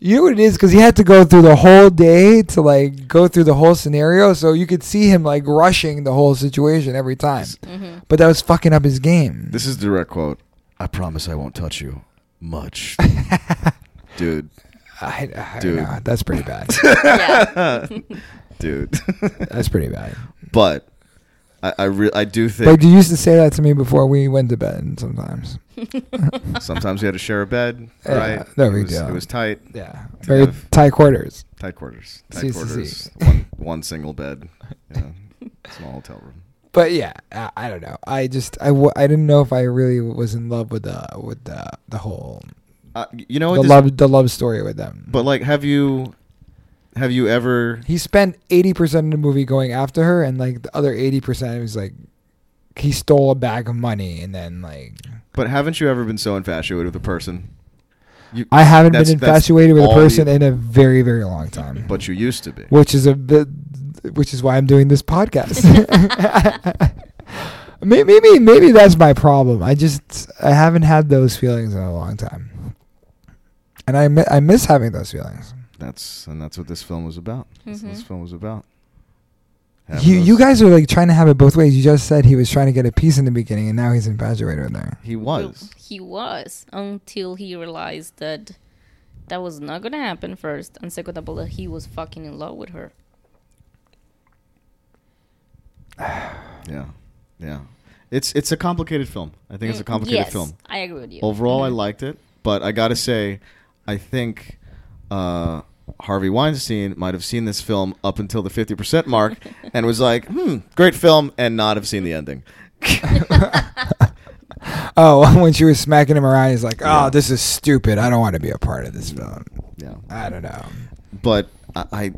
S1: you know what it is because he had to go through the whole day to like go through the whole scenario so you could see him like rushing the whole situation every time
S3: Mm-hmm.
S1: but that was fucking up his game
S2: this is direct quote i promise i won't touch you much dude
S1: I, I
S2: Dude.
S1: know, that's pretty bad
S3: yeah.
S2: dude
S1: that's pretty bad
S2: but i i, re- I do think
S1: like you used to say that to me before we went to bed sometimes
S2: sometimes we had to share a bed
S1: Yeah,
S2: right
S1: no
S2: it
S1: big
S2: was,
S1: deal.
S2: it was tight
S1: yeah very
S2: have-
S1: tight quarters
S2: Tight quarters. Tight
S1: See, see,
S2: quarters.
S1: see.
S2: One one single bed. You know, small hotel room.
S1: but yeah I, I don't know I just I, w- I didn't know if I really was in love with the with the the whole
S2: Uh, you know
S1: the
S2: what? This,
S1: love the love story with them
S2: but like, have you have you ever?
S1: he spent 80% of the movie going after her and like the other 80% was like he stole a bag of money and then like
S2: But haven't you ever been so infatuated with a person? You,
S1: i haven't
S2: That's-
S1: been
S2: that's
S1: infatuated with a
S2: all
S1: person
S2: you-
S1: in a very very long time
S2: but you used to be.
S1: which is a bit, which is why i'm doing this podcast May- maybe maybe that's my problem i just i haven't had those feelings in a long time and i, mi- I miss having those feelings
S2: That's and that's what this film was about. That's what this
S3: Mhm.
S2: film was about. Having
S1: you, you
S2: those-
S1: guys are like trying to have it both ways you just said he was trying to get a piece in the beginning and now he's infatuated with her
S2: He was.
S3: He was until he realized that that was not gonna happen first, and second of all, that he was fucking in love with her.
S2: Yeah. Yeah. It's it's a complicated film. I think it's a complicated
S3: Mm, yes,
S2: film.
S3: I agree with you.
S2: Overall, I
S3: Mhm.
S2: liked it, but I gotta say, I think uh, Harvey Weinstein might have seen this film up until the fifty percent mark and was like, "Hmm, great film," and not have seen the ending.
S1: Oh, when she was smacking him around, he's like, "Oh,
S2: Yeah.
S1: this is stupid. I don't want to be a part of this film.
S2: Yeah,
S1: I don't know."
S2: but I,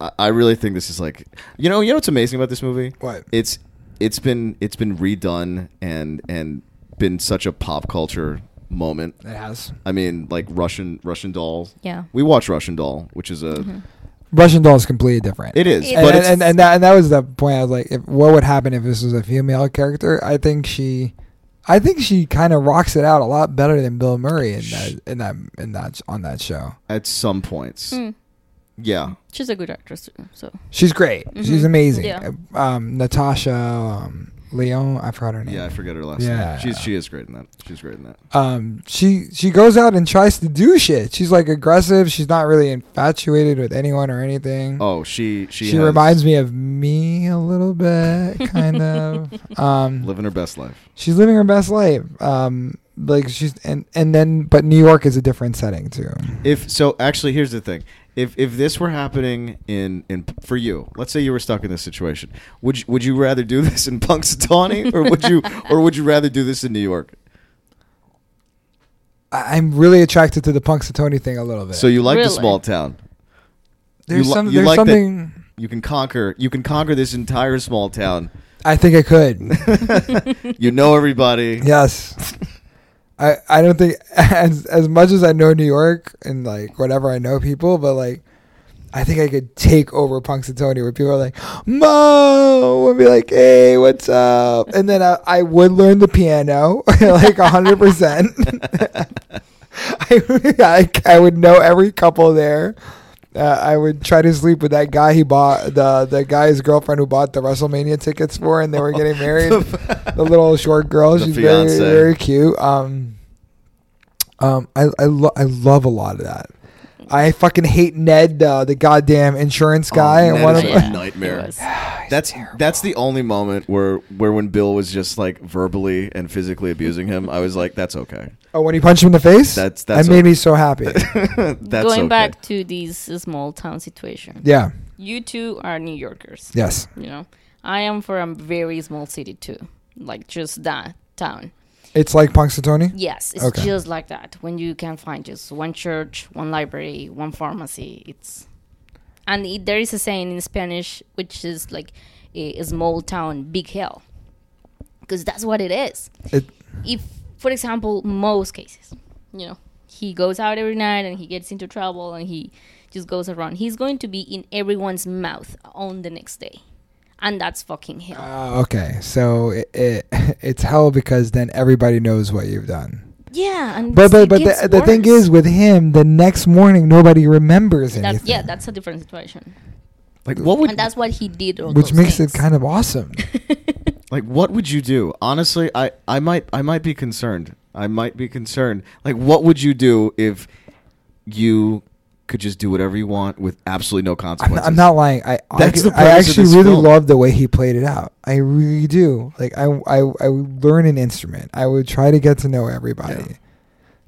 S2: I, I really think this is like, you know, you know what's amazing about this movie?
S1: What?
S2: It's it's been it's been redone and and been such a pop culture moment.
S1: It has
S2: I mean, like Russian Russian Doll.
S3: Yeah. Mm-hmm.
S2: we watch Russian Doll, which is a
S1: Russian Doll is completely different.
S2: it is,
S3: It
S1: and
S2: but
S1: and,
S2: it's,
S1: and, and that, and that was the point. I was like, if, "What would happen if this was a female character?" I think she, I think she kind of rocks it out a lot better than Bill Murray in that in that in that on that show.
S2: at some points.
S3: Mm.
S2: Yeah,
S3: She's a good actress too. So
S1: She's great. She's
S3: Mhm.
S1: amazing.
S3: Yeah.
S1: Um, Natasha um, Leon, I forgot her name.
S2: yeah, I forget her last
S1: Yeah.
S2: name. She's she is great in that. She's great in that.
S1: um, she she goes out and tries to do shit. She's like aggressive. She's not really infatuated with anyone or anything.
S2: Oh, she she,
S1: she
S2: has
S1: reminds me of me a little bit, kind of. Um,
S2: living her best life.
S1: she's living her best life. Um, like she's and and then, but New York is a different setting too.
S2: If so, actually, here's the thing: if if this were happening in in for you, let's say you were stuck in this situation, would you, would you rather do this in Punxsutawney or would you or would you rather do this in New York?
S1: I, I'm really attracted to the Punxsutawney thing a little bit.
S2: So you like the
S3: Really?
S2: small town.
S1: there's
S2: you li-
S1: some
S2: you
S1: there's
S2: like that-
S1: something.
S2: You can conquer. You can conquer this entire small town
S1: I think I could.
S2: you know everybody.
S1: Yes. I I don't think as as much as I know New York and like whatever I know people, but like I think I could take over Punxsutawney where people are like Mo and be like, hey, what's up? And then I, I would learn the piano like hundred percent. I, I I would know every couple there. Uh, I would try to sleep with that guy he bought the the guy's girlfriend who bought the WrestleMania tickets for, and they were getting married. the little short girl,
S2: The
S1: she's very
S2: fiancé.
S1: very cute. Um, um, I I, lo- I love a lot of that. I fucking hate Ned, uh, the goddamn insurance guy,
S2: Oh,
S1: and
S2: Ned
S1: one
S2: is
S1: of
S2: a
S3: Yeah,
S2: nightmare.
S3: it was.
S2: That's that's the only moment where where when Bill was just like verbally and physically abusing him, I was like, that's okay.
S1: oh when he punched him in the face.
S2: That's- that's
S1: that made
S2: a-
S1: me so happy.
S2: that's
S3: Going
S2: okay.
S3: back to these small town situation,
S1: yeah.
S3: you two are New Yorkers.
S1: Yes.
S3: You know, I am from a very small city too, like just that town.
S1: It's like Punxsutawney.
S3: Yes, it's
S1: Okay.
S3: just like that. When you can find just one church, one library, one pharmacy, it's and it, there is a saying in Spanish which is like a, a small town, big hell, because that's what it is.
S1: It,
S3: If, for example, most cases, you know, he goes out every night and he gets into trouble and he just goes around. He's going to be in everyone's mouth on the next day, and that's fucking hell.
S1: uh, okay, so it, it it's hell because then everybody knows what you've done.
S3: yeah, and
S1: But
S3: it's-
S1: but
S3: it
S1: but
S3: gets
S1: the, the thing
S3: worse.
S1: is with him, the next morning nobody remembers
S3: That's,
S1: anything.
S3: yeah, that's a different situation.
S2: Like what would
S3: and that's what he did. All
S1: which
S3: those
S1: makes
S3: things.
S1: it kind of awesome.
S2: like what would you do? Honestly, I I might I might be concerned. I might be concerned. Like what would you do if you could just do whatever you want with absolutely no
S1: I'm,
S2: consequences?
S1: I'm not lying. I
S2: That's the
S1: I,
S2: premise of
S1: actually
S2: this
S1: really
S2: film.
S1: love the way he played it out. I really do. Like I I I would learn an instrument. I would try to get to know everybody.
S2: Yeah.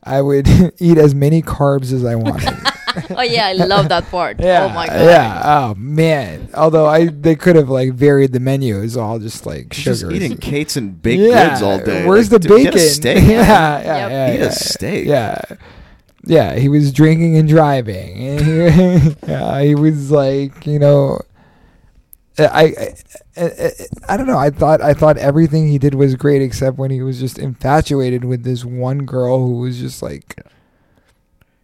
S1: I would eat as many carbs as I wanted.
S3: oh yeah, I love that part.
S1: Yeah.
S3: oh my god.
S1: Yeah. Oh man. Although I they could have like varied the menu. It's all just like
S2: You're
S1: sugars.
S2: just eating cakes and baked goods all day.
S1: Where's
S2: Like,
S1: the
S2: dude,
S1: bacon?
S2: Get a steak.
S1: yeah, yeah,
S3: Yep.
S1: yeah,
S2: Eat a
S1: yeah,
S2: steak.
S1: Yeah. Yeah, he was drinking and driving. And he, yeah, he was like, you know, I, I, I, I don't know. I thought I thought everything he did was great, except when he was just infatuated with this one girl who was just like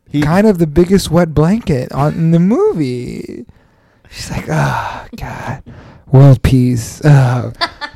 S2: He-
S1: kind of the biggest wet blanket on in the movie. She's like, oh God, world peace. Oh.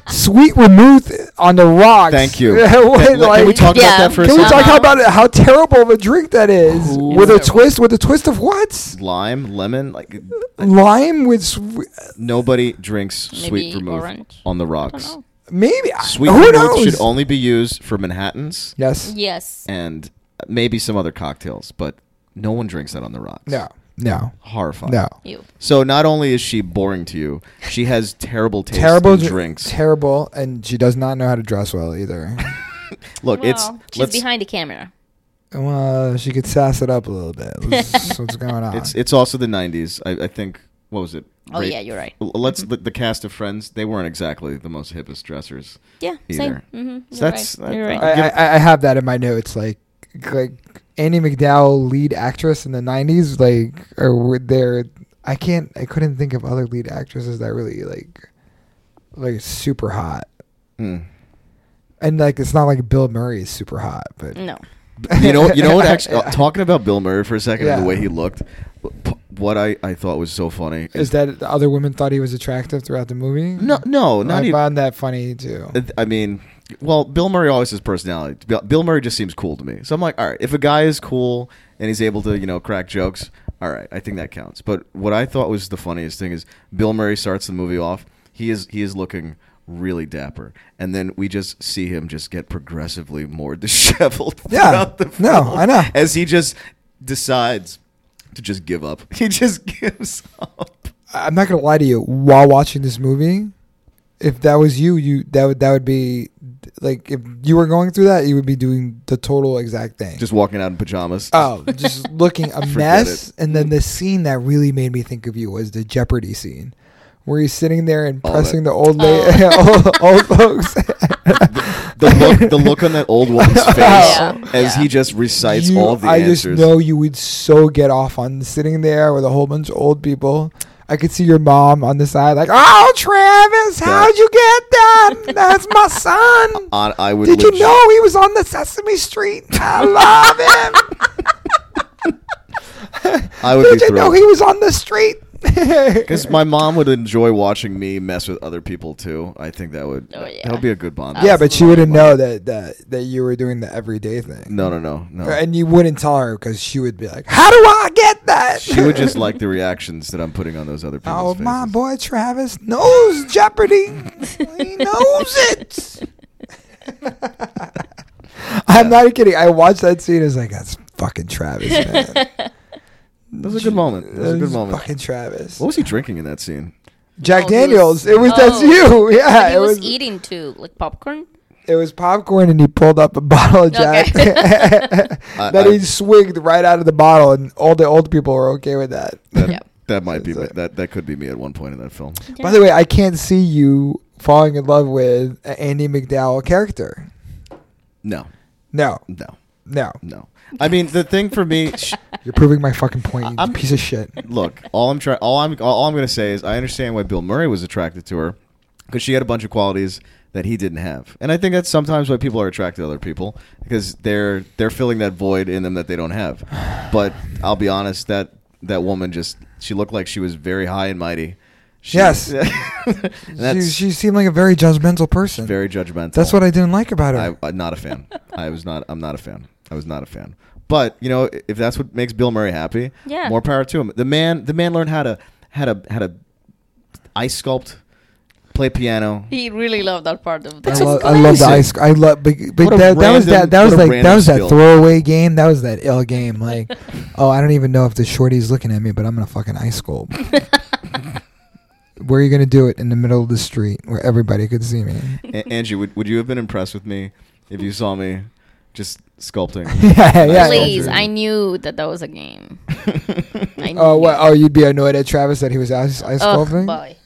S1: Sweet Vermouth on the rocks.
S2: Thank you.
S1: What,
S2: Can-
S1: like-
S2: can we talk
S3: Yeah.
S2: about that for a
S1: can we
S2: second?
S1: talk how about it, how terrible of a drink that is?
S2: Ooh.
S1: With a
S3: Terrible.
S1: twist, with a twist of what?
S2: Lime, lemon, like
S1: Lime with swe-
S2: nobody drinks
S3: Maybe
S2: sweet vermouth
S3: orange.
S2: on the
S3: I don't
S2: rocks.
S3: know.
S1: maybe I-
S2: Sweet
S1: who
S2: vermouth
S1: knows?
S2: should only be used for Manhattans
S1: yes.
S3: Yes.
S2: and maybe some other cocktails, but no one drinks that on the rocks.
S1: No. No.
S2: horrifying.
S1: No.
S3: You.
S2: So not only is she boring to you, she has terrible taste
S1: Terrible
S2: in
S1: dr-
S2: drinks.
S1: Terrible, and she does not know how to dress well either.
S2: Look, it's
S3: Well, she's
S2: let's,
S3: behind the camera.
S1: well, she could sass it up a little bit. That's what's going on?
S2: it's it's also the '90s. I, I think what was it?
S3: Oh
S2: Ra-
S3: yeah, you're right.
S2: L- Let's the, the cast of Friends. They weren't exactly the most hippest dressers.
S3: Yeah,
S2: Either.
S3: same. Mm-hmm.
S2: So
S3: You're
S2: that's-
S3: right. You're
S2: I-
S3: right.
S1: I, I, I have that in my notes. Like, like Annie McDowell, lead actress in the '90s. Like, or were there? I can't. I couldn't think of other lead actresses that really like, like super hot.
S2: Hmm.
S1: And like, it's not like Bill Murray is super hot, but
S3: no.
S2: You know, you know what? Actually, uh, talking about Bill Murray for a second and
S1: Yeah.
S2: the way he looked, p- what I, I thought was so funny
S1: is that the other women thought he was attractive throughout the movie?
S2: no, no, not
S1: I
S2: even.
S1: found that funny too.
S2: I mean, well, Bill Murray always has personality. Bill- Bill Murray just seems cool to me. So I'm like, all right, if a guy is cool and he's able to, you know, crack jokes, all right, I think that counts. But what I thought was the funniest thing is Bill Murray starts the movie off. He is he is looking really dapper, and then we just see him just get progressively more disheveled.
S1: Yeah.
S2: throughout the
S1: No,
S2: film
S1: I know.
S2: As he just decides to just give up, he just gives up.
S1: I- I'm not gonna lie to you. While watching this movie, if that was you, you that would that would be like if you were going through that, you would be doing the total exact thing.
S2: Just walking out in pajamas.
S1: oh, just looking a
S2: Forget
S1: mess. And then the scene that really made me think of you was the Jeopardy scene. Where he's sitting there and
S2: All Oh.
S1: pressing the old lady, old, old folks.
S2: the look the look on that old woman's face
S3: Oh, Yeah.
S2: as
S3: Yeah.
S2: he just recites
S1: You-
S2: all the
S1: I
S2: answers.
S1: just know you would so get off on sitting there with a whole bunch of old people. I could see your mom on the side, like, "Oh, Travis, how'd you get that? That's my son.
S2: On, I would.
S1: Did you
S2: legit-
S1: know he was on the Sesame Street? I love him.
S2: I would
S1: Did
S2: be
S1: you know
S2: thrilled.
S1: he was on the street?"
S2: Because my mom would enjoy watching me mess with other people too. I think that would
S3: Oh, yeah.
S2: that would be a good bond.
S1: yeah, but she wouldn't know that that that you were doing the everyday thing,
S2: no, no, no, no.
S1: and you wouldn't tell her because she would be like, "How do I get that?"
S2: She would just like the reactions that I'm putting on those other people.
S1: Oh, my boy Travis knows Jeopardy. he knows it. I'm not kidding. I watched that scene. I was like, that's fucking Travis, man. That
S2: That was a good moment. That was a good
S1: was
S2: moment. Oh.
S1: Fucking Travis.
S2: What was he drinking in that scene?
S1: Jack
S3: Oh, he
S1: Daniels.
S3: was-
S1: it was that's
S3: oh.
S1: you. Yeah.
S3: But he
S1: it
S3: was, e-
S1: was
S3: eating too, like popcorn.
S1: it was popcorn, and he pulled up a bottle of Jack
S3: Okay.
S2: I-
S1: that
S2: I-
S1: he swigged right out of the bottle, and all the old people were okay with that.
S2: That,
S3: Yeah.
S2: that might be
S1: It's
S2: me-
S1: like-
S2: that. That could be me at one point in that film.
S1: By the way, I can't see you falling in love with a Andy McDowell character.
S2: No,
S1: No,
S2: no,
S1: no.
S2: no. I mean, the thing for me, sh-
S1: You're proving my fucking point, you
S2: I'm-
S1: piece of shit.
S2: look, all I'm trying, all I'm, all I'm going to say is, I understand why Bill Murray was attracted to her because she had a bunch of qualities that he didn't have, and I think that's sometimes why people are attracted to other people because they're they're filling that void in them that they don't have. But I'll be honest, that that woman just she looked like she was very high and mighty. She,
S1: Yes.
S2: And
S1: She,
S2: that's
S1: she seemed like a very judgmental person.
S2: very judgmental.
S1: That's what I didn't like about her.
S2: I, I'm not a fan. I was not. I'm not a fan. I was not a fan. But you know, if that's what makes Bill Murray happy,
S3: Yeah.
S2: more power to him. The man, the man learned how to how to how to ice sculpt, play piano.
S3: He really loved that part of the
S1: I,
S2: That's
S1: lo- I love the
S2: amazing.
S1: ice. I love, but, but
S2: What a
S1: that, that was
S2: random-
S1: that. That was
S2: what a
S1: like that
S2: random
S1: was that
S2: skill.
S1: throwaway game. That was that ill game. Like, oh, I don't even know if the shorty's looking at me, but I'm gonna fucking ice sculpt. Where are you gonna do it in the middle of the street where everybody could see me?
S2: A- Angie, would would you have been impressed with me if you saw me just sculpting?
S1: Yeah, yeah.
S3: Please,
S2: Andrew.
S3: I knew that that was a game. I knew
S1: Oh, what?
S3: it.
S1: Oh, you'd be annoyed at Travis that he was
S2: Oh,
S1: ice, ice
S3: Ugh,
S1: sculpting.
S3: Oh, bye.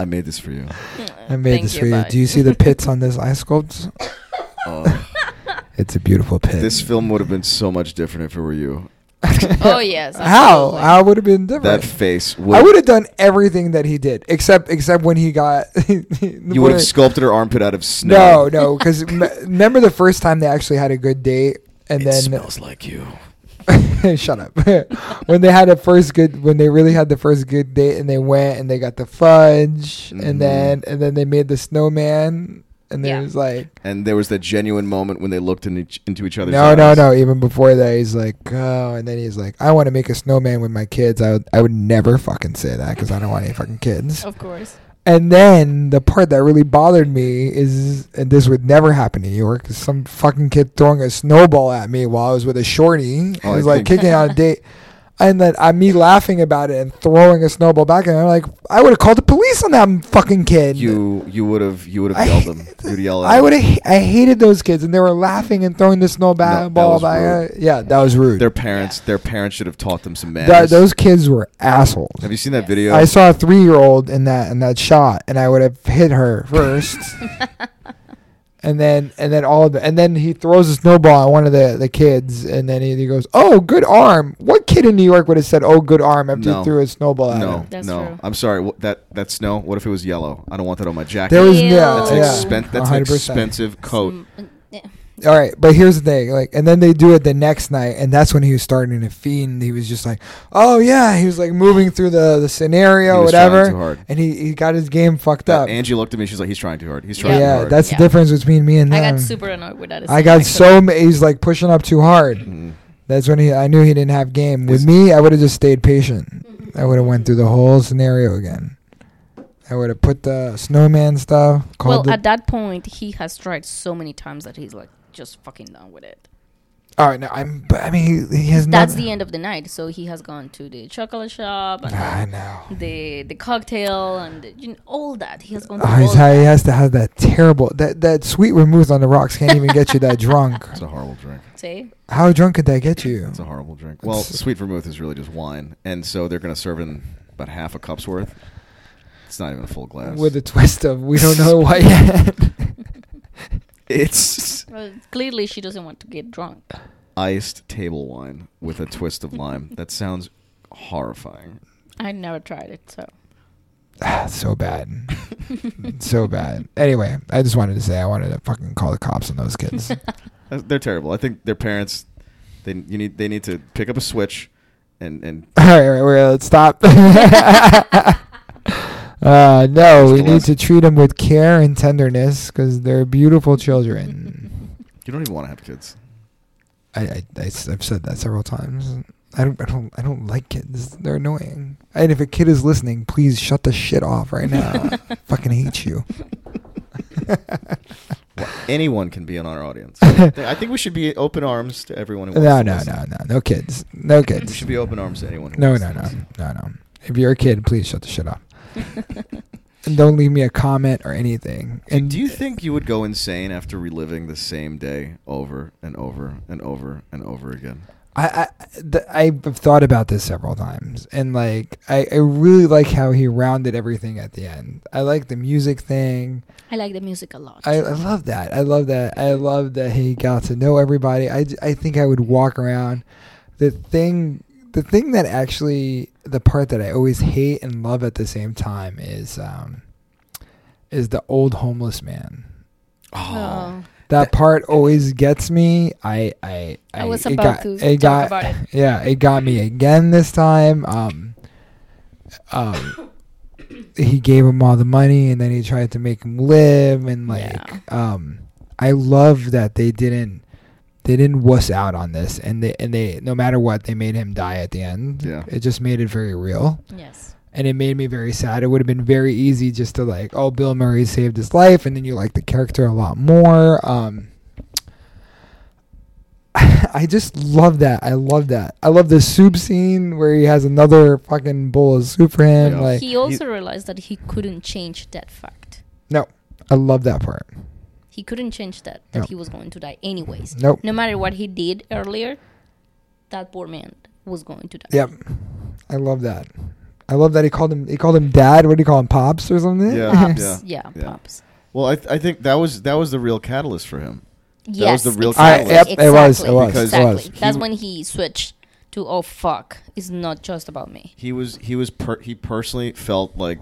S2: I made this for you.
S1: I made
S3: Thank
S1: this
S3: you,
S1: for you.
S3: bye.
S1: Do you see the pits on this ice sculpt?
S2: Uh,
S1: It's a beautiful pit.
S2: this film would have been so much different if it were you.
S3: Oh yes.
S1: How?
S3: absolutely.
S1: How would have been different?
S2: That face would.
S1: I would have done everything that he did, except except when he got.
S2: You would have sculpted her armpit out of snow.
S1: No, no, because remember the first time they actually had a good date, and
S2: it
S1: then
S2: smells like you.
S1: shut up. when they had a first good, when they really had the first good date, and they went and they got the fudge,
S2: Mhm.
S1: and then and then they made the snowman, and then
S3: Yeah.
S1: it was like,
S2: And there was that genuine moment when they looked in each, into each other's
S1: no,
S2: eyes.
S1: no, no. Even before that, he's like, oh, and then he's like, I want to make a snowman with my kids. I would, I would never fucking say that because I don't want any fucking kids.
S3: Of course.
S1: And then the part that really bothered me is, and this would never happen in New York, is some fucking kid throwing a snowball at me while I was with a shorty.
S2: Oh,
S1: I was
S2: I
S1: like
S2: think-
S1: kicking out a date. And then I, me laughing about it and throwing a snowball back, and I'm like, I would have called the police on that fucking kid.
S2: You you would have you would have
S1: I-
S2: yelled them. You would yell. At
S1: I
S2: them.
S1: would have. I hated those kids, and they were laughing and throwing the snowball
S2: that
S1: ball
S2: was
S1: back.
S2: rude.
S1: Yeah, that was rude.
S2: Their parents their parents should have taught them some
S1: That-
S2: manners.
S1: those kids were assholes.
S2: have you seen that
S3: Yes.
S2: video?
S1: I saw a three year old in that in that shot, and I would have hit her first. and then and then all of the, and then he throws a snowball at one of the, the kids, and then he, he goes, "Oh, good arm." What kid in New York would have said, "Oh, good arm" after
S2: No.
S1: he threw a snowball at
S2: no,
S1: him?
S3: That's
S2: no.
S3: true.
S2: I'm sorry. What, that that snow. What if it was yellow? I don't want that on my jacket.
S1: There was
S3: Ew.
S1: no.
S2: that's
S3: Oh,
S2: an,
S1: yeah,
S2: expen- that's an
S1: 100%.
S2: expensive coat.
S3: Mm, yeah.
S1: All right, but here's the thing, like, and then they do it the next night, and that's when he was starting to fiend. He was just like, "Oh yeah," he was like moving through the the
S2: He
S1: scenario,
S2: was trying Too
S1: whatever,
S2: hard.
S1: and he, he got his game fucked
S2: That-
S1: up.
S2: Angie looked at me. She's like, he's trying too hard. He's trying
S1: Yeah,
S2: too hard.
S1: that's
S3: Yeah.
S1: the difference between me and
S3: I
S1: them.
S3: got super annoyed with that.
S1: I got
S3: scene,
S1: so ma- he's like pushing up too hard.
S2: Mm.
S1: That's when he I knew he didn't have game. With
S2: Is-
S1: me, I would have just stayed patient. I would have went through the whole scenario again. I would have put the snowman stuff.
S3: actually.
S1: Called
S3: Well,
S1: it.
S3: at that point, he has tried so many times that he's like just fucking done with it.
S1: all right, no, I'm. But I mean, he, he has
S3: That's
S1: not.
S3: the end of the night. So he has gone to the chocolate shop and
S1: I know.
S3: the the cocktail and the, you know, all that. He has gone.
S1: Oh,
S3: Through all
S1: he's, he
S3: that.
S1: has to have that terrible that that sweet vermouth on the rocks can't even get you that drunk.
S2: It's a horrible drink.
S3: See?
S1: How drunk could that get you?
S2: It's a horrible drink. Well,
S1: It's-
S2: sweet vermouth is really just wine, and so they're going to serve in about half a cup's worth. It's not even a full glass.
S1: With a twist of we don't know why yet.
S2: it's
S3: Well, clearly, she doesn't want to get drunk.
S2: iced table wine with a twist of lime. That sounds horrifying.
S3: I never tried it, so
S1: Ah, so bad. so bad. Anyway, I just wanted to say I wanted to fucking call the cops on those kids.
S2: That's- Uh, They're terrible. I think their parents they you need they need to pick up a switch and and
S1: All right, right, we're, let's stop. uh, no, we need to treat them with care and tenderness because they're beautiful children.
S2: you don't even want to have kids.
S1: I, I, I, have said that several times. I don't, I don't, I don't like kids. They're annoying. And if a kid is listening, please shut the shit off right now. Fucking hate you.
S2: Well, anyone can be in our audience. I think we should be open arms to everyone who wants
S1: No,
S2: to
S1: no,
S2: listen.
S1: no, no, no kids, no
S2: We
S1: kids.
S2: should be open arms to anyone who
S1: No,
S2: wants
S1: no,
S2: to
S1: no,
S2: listen.
S1: no, no. If you're a kid, please shut the shit up. and don't leave me a comment or anything. And
S2: Do you think you would go insane after reliving the same day over and over and over and over again?
S1: I, I th- I've thought about this several times, and like I, I really like how he rounded everything at the end. I like the music thing.
S3: I like the music a lot.
S1: I, I love that. I love that. I love that he got to know everybody. I, j- I think I would walk around. The thing, the thing that actually, the part that I always hate and love at the same time is, um, is the old homeless man.
S3: Oh.
S1: That part always gets me. I I
S3: I was
S1: it
S3: about
S1: got-
S3: to
S1: it
S3: talk
S1: got-
S3: about it.
S1: Yeah, it got me again this time. Um, um, he gave him all the money, and then he tried to make him live, and like,
S3: Yeah.
S1: um, I love that they didn't they didn't wuss out on this, and they and they no matter what they made him die at the end.
S2: Yeah.
S1: it just made it very real
S3: Yes.
S1: and it made me very sad. It would have been very easy just to like, oh, Bill Murray saved his life, and then you like the character a lot more. Um, I just love that. I love that. I love the soup scene where he has another fucking bowl of soup for him.
S2: Yeah.
S1: Like,
S3: he also realized that he couldn't change that fact.
S1: no, I love that part.
S3: He couldn't change that that
S1: No.
S3: he was going to die anyways.
S1: Nope.
S3: No matter what he did earlier, that poor man was going to die.
S1: Yep, I love that. I love that he called him. He called him dad. What do you call him? Pops or something?
S2: Yeah.
S3: Pops.
S2: Yeah.
S3: Yeah.
S2: Yeah.
S3: Pops.
S2: Well, I, th- I think that was that was the real catalyst for him. was
S3: Yes.
S2: the real
S3: exactly.
S1: catalyst. I- yep, it was, it
S3: exactly,
S1: was,
S2: Because- it
S3: exactly.
S1: was.
S3: That's
S2: He-
S3: when he switched to oh fuck, it's not just about me.
S2: He was he was per- he personally felt like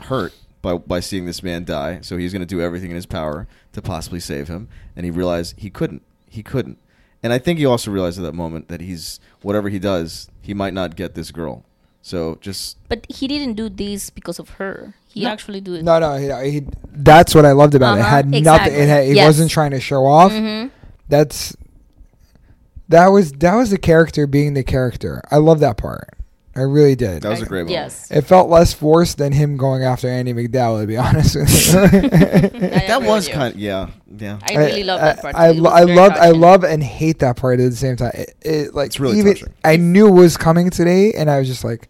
S2: hurt by by seeing this man die, so he's going to do everything in his power to possibly save him, and he realized he couldn't. He couldn't. And I think he also realized at that moment that he's whatever he does, he might not get this girl. So just
S3: But he didn't do this because of her. He
S2: No.
S3: actually did.
S1: No, no. He, he, that's what I loved about it. It
S3: Uh-huh,
S1: had nothing. It,
S3: exactly.
S1: had, it
S3: Yes.
S1: wasn't trying to show off.
S3: Mhm.
S1: That's that was that was the character being the character. I love that part. I really did.
S2: that was a
S3: I-
S2: great moment.
S3: Yes.
S1: it felt less forced than him going after Andy McDowell. To be honest with you,
S3: I
S2: that
S3: agree
S2: was
S3: with you.
S2: kind. yeah, yeah.
S3: I really love that part.
S1: I,
S3: It
S1: lo-
S3: was
S1: I
S3: very
S1: love I
S3: touching.
S1: love and hate that part at the same time. It, it, like
S2: It's really
S1: even
S2: touching.
S1: I knew it was coming today, and I was just like,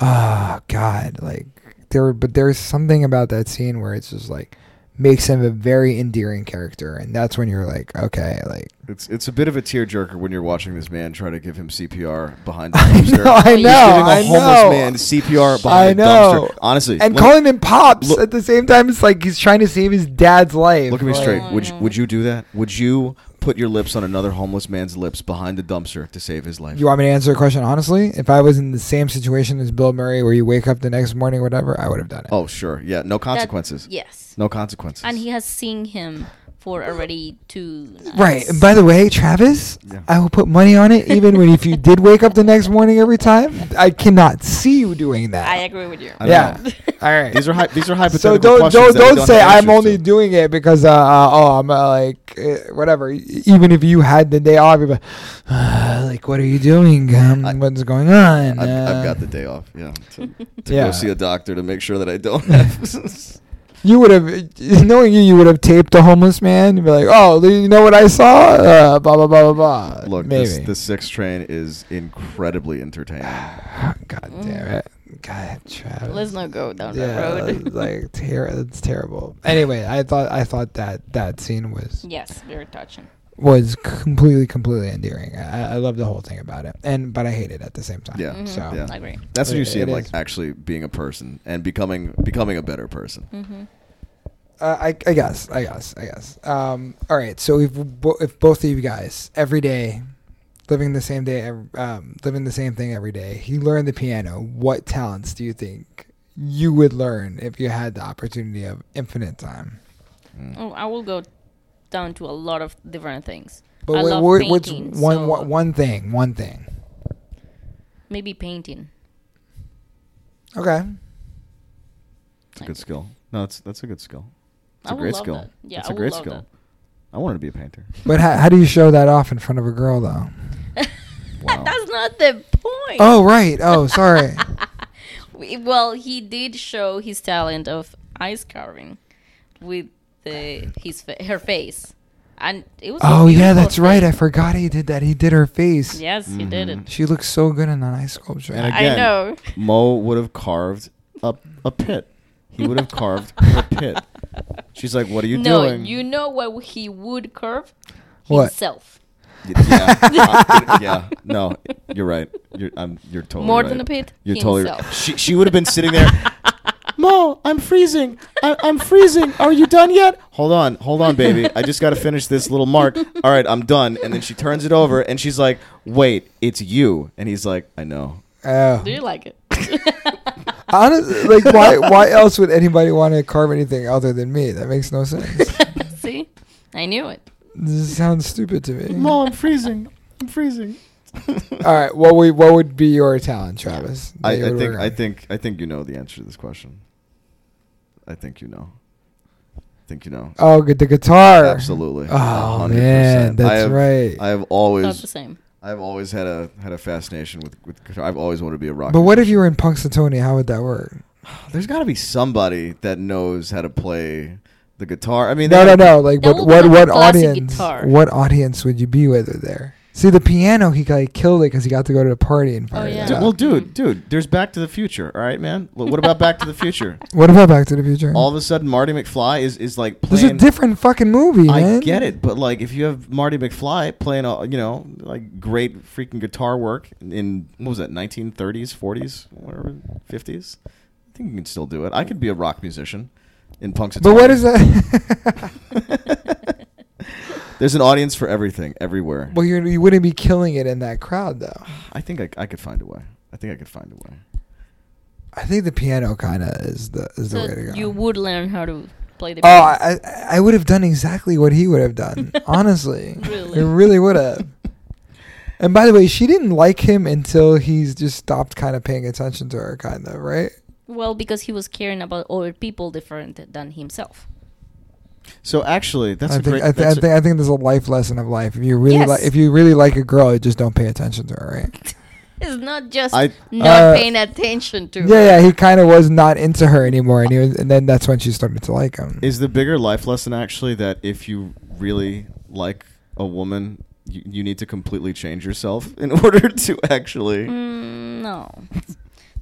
S1: oh god, like there. But there's something about that scene where it's just like makes him a very endearing character, and that's when you're like, okay, like
S2: It's it's a bit of a tearjerker when you're watching this man try to give him CPR behind a dumpster.
S1: I know,
S3: He's
S2: Giving a
S1: I know,
S2: homeless man CPR behind
S1: I know.
S2: a dumpster. Honestly,
S1: and
S2: let-
S1: calling him pops
S2: look-
S1: at the same time. It's like he's trying to save his dad's life.
S2: Look at me
S1: Like,
S2: straight.
S3: Oh,
S2: Would you,
S3: no.
S2: would you do that? Would you put your lips on another homeless man's lips behind the dumpster to save his life?
S1: You want me to answer the question honestly? If I was in the same situation as Bill Murray, where you wake up the next morning, whatever, I would have done it.
S2: oh, sure. Yeah. No
S3: That-
S2: consequences.
S3: yes.
S2: No consequences.
S3: And he has seen him for already two. Nights.
S1: Right. And by the way, Travis,
S2: Yeah.
S1: I will put money on it. Even when if you did wake up the next morning every time, I cannot see you doing that.
S3: I agree with you.
S2: I don't
S1: yeah.
S2: know.
S1: All right.
S2: These are hy- these are hypothetical
S1: so don't
S2: questions.
S1: don't,
S2: that we
S1: don't say
S2: have
S1: I'm
S2: answers
S1: only
S2: to.
S1: doing it because uh, uh oh I'm uh, like uh, whatever. E- Even if you had the day off, you're like, "Ah, like what are you doing? Um,
S2: I-
S1: what's going on?
S2: I've, I've
S1: Uh,
S2: got the day off. Yeah. To, to
S1: Yeah.
S2: go see a doctor to make sure that I don't have.
S1: You would have, knowing you, you would have taped the homeless man. You'd be like, oh, you know what I saw? Uh, blah, blah, blah, blah, blah.
S2: Look,
S1: maybe.
S2: this, the six train is incredibly entertaining.
S3: Ah,
S1: God damn it. God, Travis.
S3: Let's not go down
S1: yeah,
S3: that road.
S1: it's like ter- it's terrible. Anyway, I thought I thought that that scene was
S3: yes, very touching.
S1: was completely completely endearing. I, I love the whole thing about it, and but I hate it at the same time.
S2: Yeah.
S3: Mhm.
S1: So
S2: Yeah.
S3: I agree.
S2: That's when you
S1: It-
S2: see
S1: it
S2: him like
S1: is.
S2: actually being a person and becoming becoming a better person.
S3: hmm
S1: Uh, I, I guess, I guess, I guess. Um, all right. So if bo- if both of you guys every day living the same day, ev- um, living the same thing every day. He learned the piano. What talents do you think you would learn if you had the opportunity of infinite time?
S3: Oh, I will go down to a lot of different things.
S1: But
S3: I
S1: wh-
S3: love
S1: wh- what's
S3: painting,
S1: one,
S3: so-
S1: one one thing? One thing.
S3: Maybe painting.
S1: Okay.
S2: It's a good skill. No, it's that's a good skill. It's
S3: I
S2: a
S3: would
S2: great
S3: love
S2: skill.
S3: that. Yeah,
S2: it's
S3: I
S2: a
S3: would
S2: great
S3: love
S2: skill.
S3: that.
S2: I wanted to be a painter.
S1: But how, how do you show that off in front of a girl though?
S2: Wow.
S3: That's not the point.
S1: Oh right. Oh sorry.
S3: We- Well, he did show his talent of ice carving with the his fa- her face, and it was. a
S1: oh yeah, that's
S3: beautiful
S1: right. I
S3: thing.
S1: forgot he did that. He did her face.
S3: Yes, he did it.
S1: She looks so good in that ice sculpture.
S2: And
S3: I
S2: Mm-hmm. again,
S3: know.
S2: Mo would have carved a, a pit. He would have carved her pit. She's like, "What are you
S3: no,
S2: doing?"
S3: you know what he would curve
S1: What?
S3: himself
S2: Y- yeah, Uh, yeah. No, you're right. You're, I'm, you're totally
S3: more
S2: right.
S3: than a pit.
S2: You're totally
S3: himself.
S2: right. She, she would have been sitting there. Mo, I'm freezing. I, I'm freezing. Are you done yet? Hold on, hold on, baby. I just got to finish this little mark. All right, I'm done. And then she turns it over, and she's like, "Wait, it's you." And he's like, "I know."
S1: Oh.
S3: Do you like it?
S1: Honestly, like why why else would anybody want to carve anything other than me? That makes no sense.
S3: See, I knew it.
S1: this sounds stupid to me.
S2: Mo, I'm freezing. I'm freezing.
S1: All right, what would what would be your talent, Travis? that
S2: I,
S1: you
S2: I
S1: would
S2: think
S1: work
S2: I
S1: on?
S2: think I think you know the answer to this question. I think you know. I think you know.
S1: Oh, good the guitar.
S2: Absolutely.
S1: Oh
S2: 100%.
S1: man, that's
S2: I have,
S1: right.
S2: I have
S3: Not the
S2: always
S3: same.
S2: I've always had a had a fascination with, with guitar. I've always wanted to be a rock.
S1: but what if you were in Punxsutawney? How would that work?
S2: There's got to be somebody that knows how to play the guitar. I mean,
S1: No, no,
S2: that-
S1: no. Like
S3: That
S1: what
S3: would
S1: what
S3: be
S1: what
S3: a classic
S1: audience?
S3: guitar.
S1: What audience would you be with her there? See the piano, he like killed it because he got to go to the party and party.
S3: Oh, yeah.
S1: it
S2: Dude,
S1: up.
S2: well, dude, dude, there's Back to the Future. All right, man. Wh- What about Back to the Future?
S1: What about Back to the Future?
S2: All of a sudden, Marty McFly is is like
S1: this is a
S2: playing.
S1: different fucking movie, man.
S2: I get it, but like if you have Marty McFly playing, a, you know, like great freaking guitar work in what was that, 1930s, 40s, whatever, 50s. I think you can still do it. I could be a rock musician in punks.
S1: But what is that?
S2: There's an audience for everything, everywhere.
S1: well, you're, you wouldn't be killing it in that crowd, though.
S2: I think I, I could find a way. I think I could find a way.
S1: I think the piano kind of is the is the
S3: So
S1: way to go.
S3: you would learn how to play the.
S1: oh,
S3: piano.
S1: I I- I would have done exactly what he would have done. honestly,
S3: Really?
S1: I really would have. And by the way, she didn't like him until he's just stopped kind of paying attention to her, kind of right.
S3: Well, because he was caring about other people different than himself.
S2: So actually, that's
S1: I
S2: a
S1: think,
S2: great.
S1: I, th- I,
S2: that's a-
S1: think, I think there's a life lesson of life. If you really
S3: Yes.
S1: like, if you really like a girl, you just don't pay attention to her, right?
S3: It's not just
S2: I-
S3: not
S1: Uh,
S3: paying attention to. her.
S1: Yeah, yeah. He kind of was not into her anymore, and he was, and then that's when she started to like him.
S2: Is the bigger life lesson actually that if you really like a woman, you, you need to completely change yourself in order to actually.
S3: Mm, no.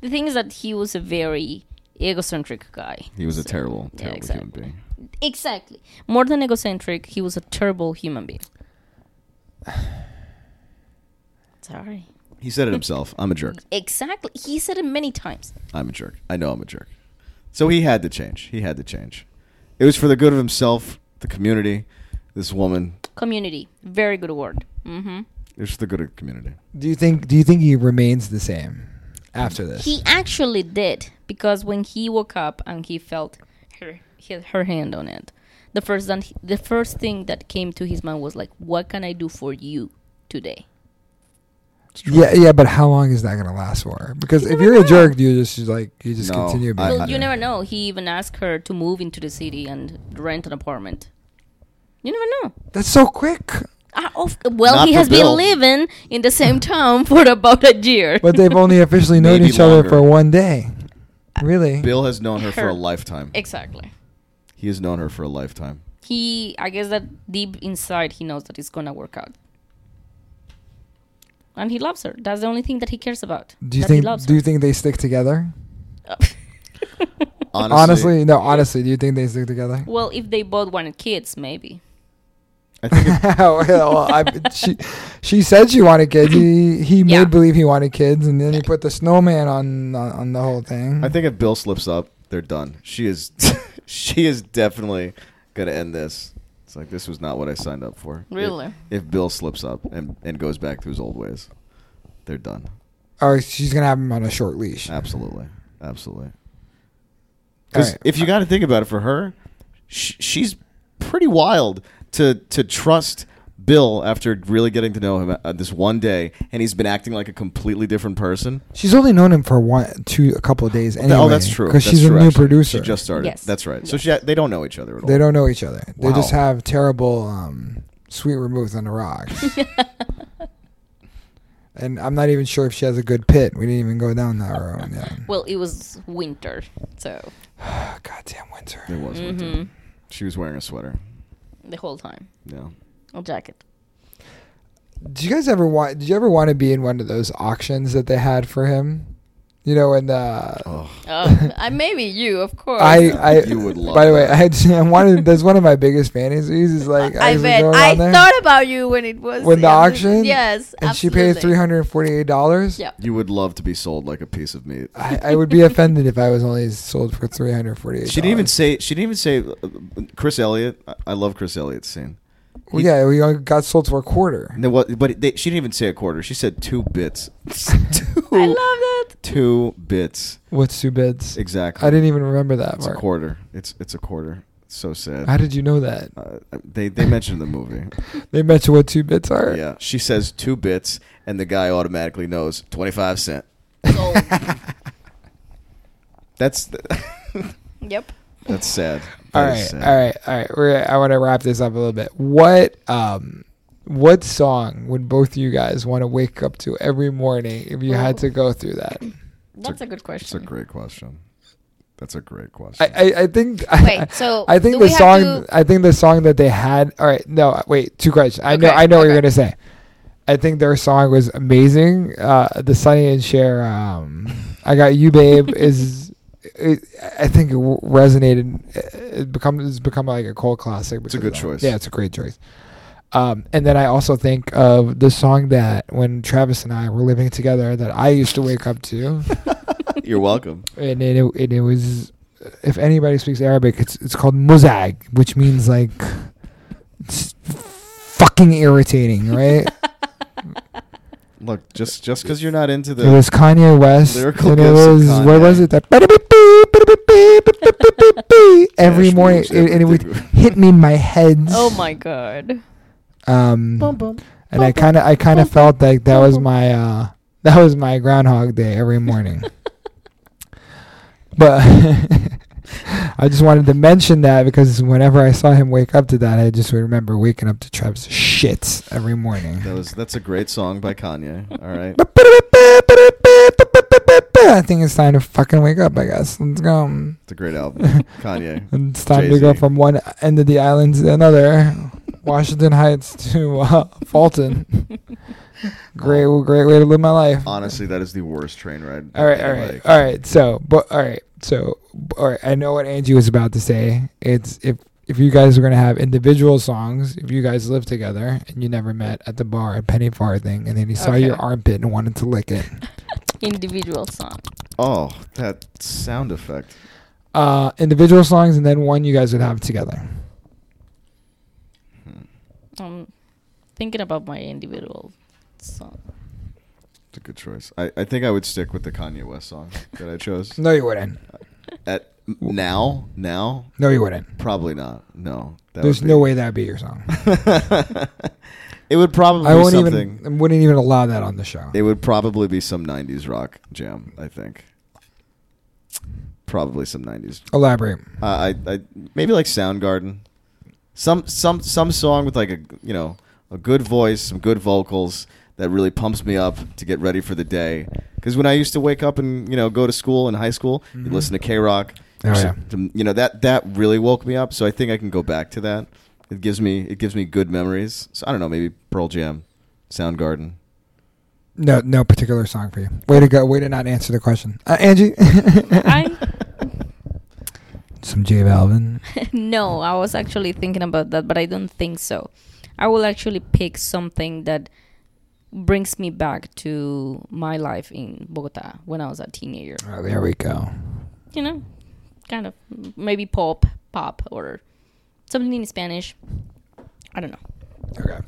S3: the thing is that he was a very egocentric guy.
S2: He was a terrible,
S3: Yeah,
S2: terrible
S3: exactly.
S2: human being.
S3: Exactly. More than egocentric, he was a terrible human being. Sorry.
S2: He said it himself. I'm a jerk.
S3: Exactly. He said it many times.
S2: I'm a jerk. I know I'm a jerk. So he had to change. He had to change. It was for the good of himself, the community, this woman.
S3: Community. Very good word. Mm-hmm.
S2: It was for the good of the community.
S1: Do you think? Do you think he remains the same after this?
S3: He actually did because when he woke up and he felt her he had her hand on it, the first that he- the first thing that came to his mind was like, "What can I do for you today?"
S1: yeah, yeah. But how long is that gonna last for? Because if
S3: never
S1: you're a
S3: know.
S1: jerk, you just you like you just
S2: No,
S1: continue.
S2: I-
S1: Being
S3: Well,
S1: a
S3: you
S1: jerk.
S3: never know. He even asked her to move into the city and rent an apartment. You never know.
S1: That's so quick.
S3: Ah, of, well,
S2: Not
S3: he
S2: for
S3: has
S2: Bill.
S3: been living in the same town for about a year.
S1: But they've only officially known
S2: Maybe
S1: each other
S2: longer.
S1: for one day.
S3: Uh,
S1: Really?
S2: Bill has known her for
S3: Her-
S2: a lifetime.
S3: exactly.
S2: He has known her for a lifetime.
S3: He, I guess that deep inside, he knows that it's gonna work out, and he loves her. That's the only thing that he cares about.
S1: do you
S3: that
S1: think?
S3: He loves
S1: Do you think they stick together?
S3: her.
S2: Honestly,
S1: Honestly, no. Honestly, do you think they stick together?
S3: well, if they both wanted kids, maybe.
S2: I think if-
S1: well, I, she she said she wanted kids. He, he
S3: Yeah.
S1: made believe he wanted kids, and then he put the snowman on on, on the whole thing.
S2: I think if Bill slips up, they're done. She is she is definitely gonna end this It's like this was not what I signed up for. If-
S3: Really?
S2: If, Bill slips up and, and goes back to his old ways, they're done.
S1: Or she's gonna have him on a short leash.
S2: Absolutely,
S1: All
S2: absolutely. Because
S1: right.
S2: if you got to think about it, for her, sh- she's pretty wild to to trust Bill after really getting to know him uh, this one day, and he's been acting like a completely different person.
S1: She's only known him for one, two, a couple of days. Anyway,
S2: oh, that's true.
S1: Because
S2: That's
S1: she's
S2: true,
S1: a new
S2: actually.
S1: producer.
S2: She just started.
S3: Yes.
S2: That's right. So
S3: Yes.
S2: she, they don't know each other at all.
S1: they don't know each other. They
S2: Wow.
S1: just have terrible, um, sweet removes on the rocks. and I'm not even sure if she has a good pit. We didn't even go down that road. Yeah.
S3: Oh, Well, it was winter, so
S1: Goddamn winter.
S2: It was winter.
S3: mhm,
S2: She was wearing a sweater.
S3: the whole time
S2: Yeah.
S3: a jacket.
S1: Did you guys ever want? Did you ever want to be in one of those auctions that they had for him? You know, and uh,
S2: Oh,
S3: Oh, I maybe you, of course.
S1: I, I,
S2: You would love
S1: By the way,
S2: that.
S1: I had I wanted. That's one of my biggest fantasies. Is like
S3: I
S1: was
S3: bet
S1: going
S3: I
S1: on there,
S3: thought about you when it was
S1: When the
S3: yeah,
S1: auction?
S3: Yes,
S1: and she
S3: absolutely.
S1: paid three hundred and forty-eight dollars.
S3: Yeah.
S2: you would love to be sold like a piece of meat.
S1: I, I would be offended if I was only sold for three hundred forty-eight.
S2: She didn't even say. She didn't even say. uh, Chris Elliott. I- I love Chris Elliott's scene.
S1: Well, yeah, we only got sold for a quarter.
S2: No, what- but they, she didn't even say a quarter. She said two bits. two.
S3: I love that.
S2: Two bits.
S1: What's two bids?
S2: Exactly.
S1: I didn't even remember that.
S2: It's a
S1: Mark.
S2: quarter. It's it's a quarter. It's so sad.
S1: How did you know that?
S2: uh, they they mentioned the movie.
S1: They mentioned what two bits are.
S2: Yeah, she says two bits, and the guy automatically knows twenty five cent.
S3: Sold.
S2: That's
S3: yep.
S2: that's sad.
S1: all
S2: That
S1: right,
S2: is sad.
S1: all right, all right. We're, I want to wrap this up a little bit. What um, what song would both you guys want to wake up to every morning if you had to go through that?
S3: That's a, good
S2: That's a
S3: question.
S2: great question. That's a great question.
S1: I, I, I think
S3: Wait, so
S1: I think
S3: do
S1: the
S3: we
S1: song
S3: Have to,
S1: I think the song that they had all right no wait two questions I know
S3: Okay,
S1: I know what you're
S3: okay.
S1: gonna say I think their song was amazing uh the Sonny and Cher um I got you babe is it, I think it w- resonated it becomes it's become like a cult classic
S2: It's a
S1: because
S2: good
S1: of that.
S2: choice.
S1: yeah it's a great choice um and then I also think of the song that when Travis and I were living together that I used to wake up to
S2: You're welcome.
S1: and it, it, and it was if anybody speaks Arabic, it's it's called muzag, which means like it's fucking irritating, right?
S2: Look, just just because you're not into
S1: it
S2: the
S1: was Kanye West,
S2: Lyrical
S1: and it
S2: gifts of
S1: was what
S2: Kanye.
S1: was it that every
S2: Cash
S1: morning,
S2: moves,
S1: it, and it would
S2: everything.
S1: hit me in my head.
S3: oh my god.
S1: Um,
S2: bum,
S1: and I kind of I kind of felt like that was my uh, that was my Groundhog Day every morning. but I just wanted to mention that because whenever I saw him wake up to that, I just would remember waking up to Travis shits every morning.
S2: That was that's a great song by Kanye. All right.
S1: I think it's time to fucking wake up. I guess let's go.
S2: It's a great album. Kanye.
S1: It's time to go
S2: Jay-Z.
S1: from one end of the island to another, Washington Heights to uh, Fulton. great, great way to live my life.
S2: Honestly, that is the worst train ride.
S1: All right,
S2: Like,
S1: all right, all right. So, but all right, so all right. I know what Angie was about to say. It's if if you guys were gonna have individual songs, if you guys lived together and you never met at the bar at Penny Farthing, and then he saw
S3: Okay.
S1: your armpit and wanted to lick it.
S3: Individual song.
S2: Oh, that sound effect.
S1: Uh, individual songs, and then one you guys would have together.
S2: Hmm.
S3: I'm Um, thinking about my individual song.
S2: It's a good choice. I, I think I would stick with the Kanye West song that I chose.
S1: No, you wouldn't.
S2: At now, now,
S1: No, you wouldn't.
S2: probably not. No, that
S1: There's
S2: would
S1: no
S2: be-
S1: way that'd be your song.
S2: it would probably
S1: I
S2: be
S1: won't
S2: something.
S1: even wouldn't even allow that on the show.
S2: It would probably be some '90s rock jam. I think. Probably some '90s.
S1: Elaborate.
S2: Uh, I, I maybe like Soundgarden. Some some some song with like a you know a good voice, some good vocals that really pumps me up to get ready for the day. Because when I used to wake up and you know go to school in high school, you
S1: Mhm.
S2: listen to K Rock.
S1: Oh, yeah.
S2: You know that that really woke me up. So I think I can go back to that. It gives me it gives me good memories. So I don't know, maybe Pearl Jam, Soundgarden.
S1: No, no particular song for you. Way to go. Way to not answer the question, uh, Angie.
S3: I
S1: Some J Balvin.
S3: no, I was actually thinking about that, but I don't think so. I will actually pick something that brings me back to my life in Bogota when I was a teenager.
S1: Oh, there we go.
S3: You know, kind of maybe pop, pop, or something in Spanish. I don't know.
S1: Okay.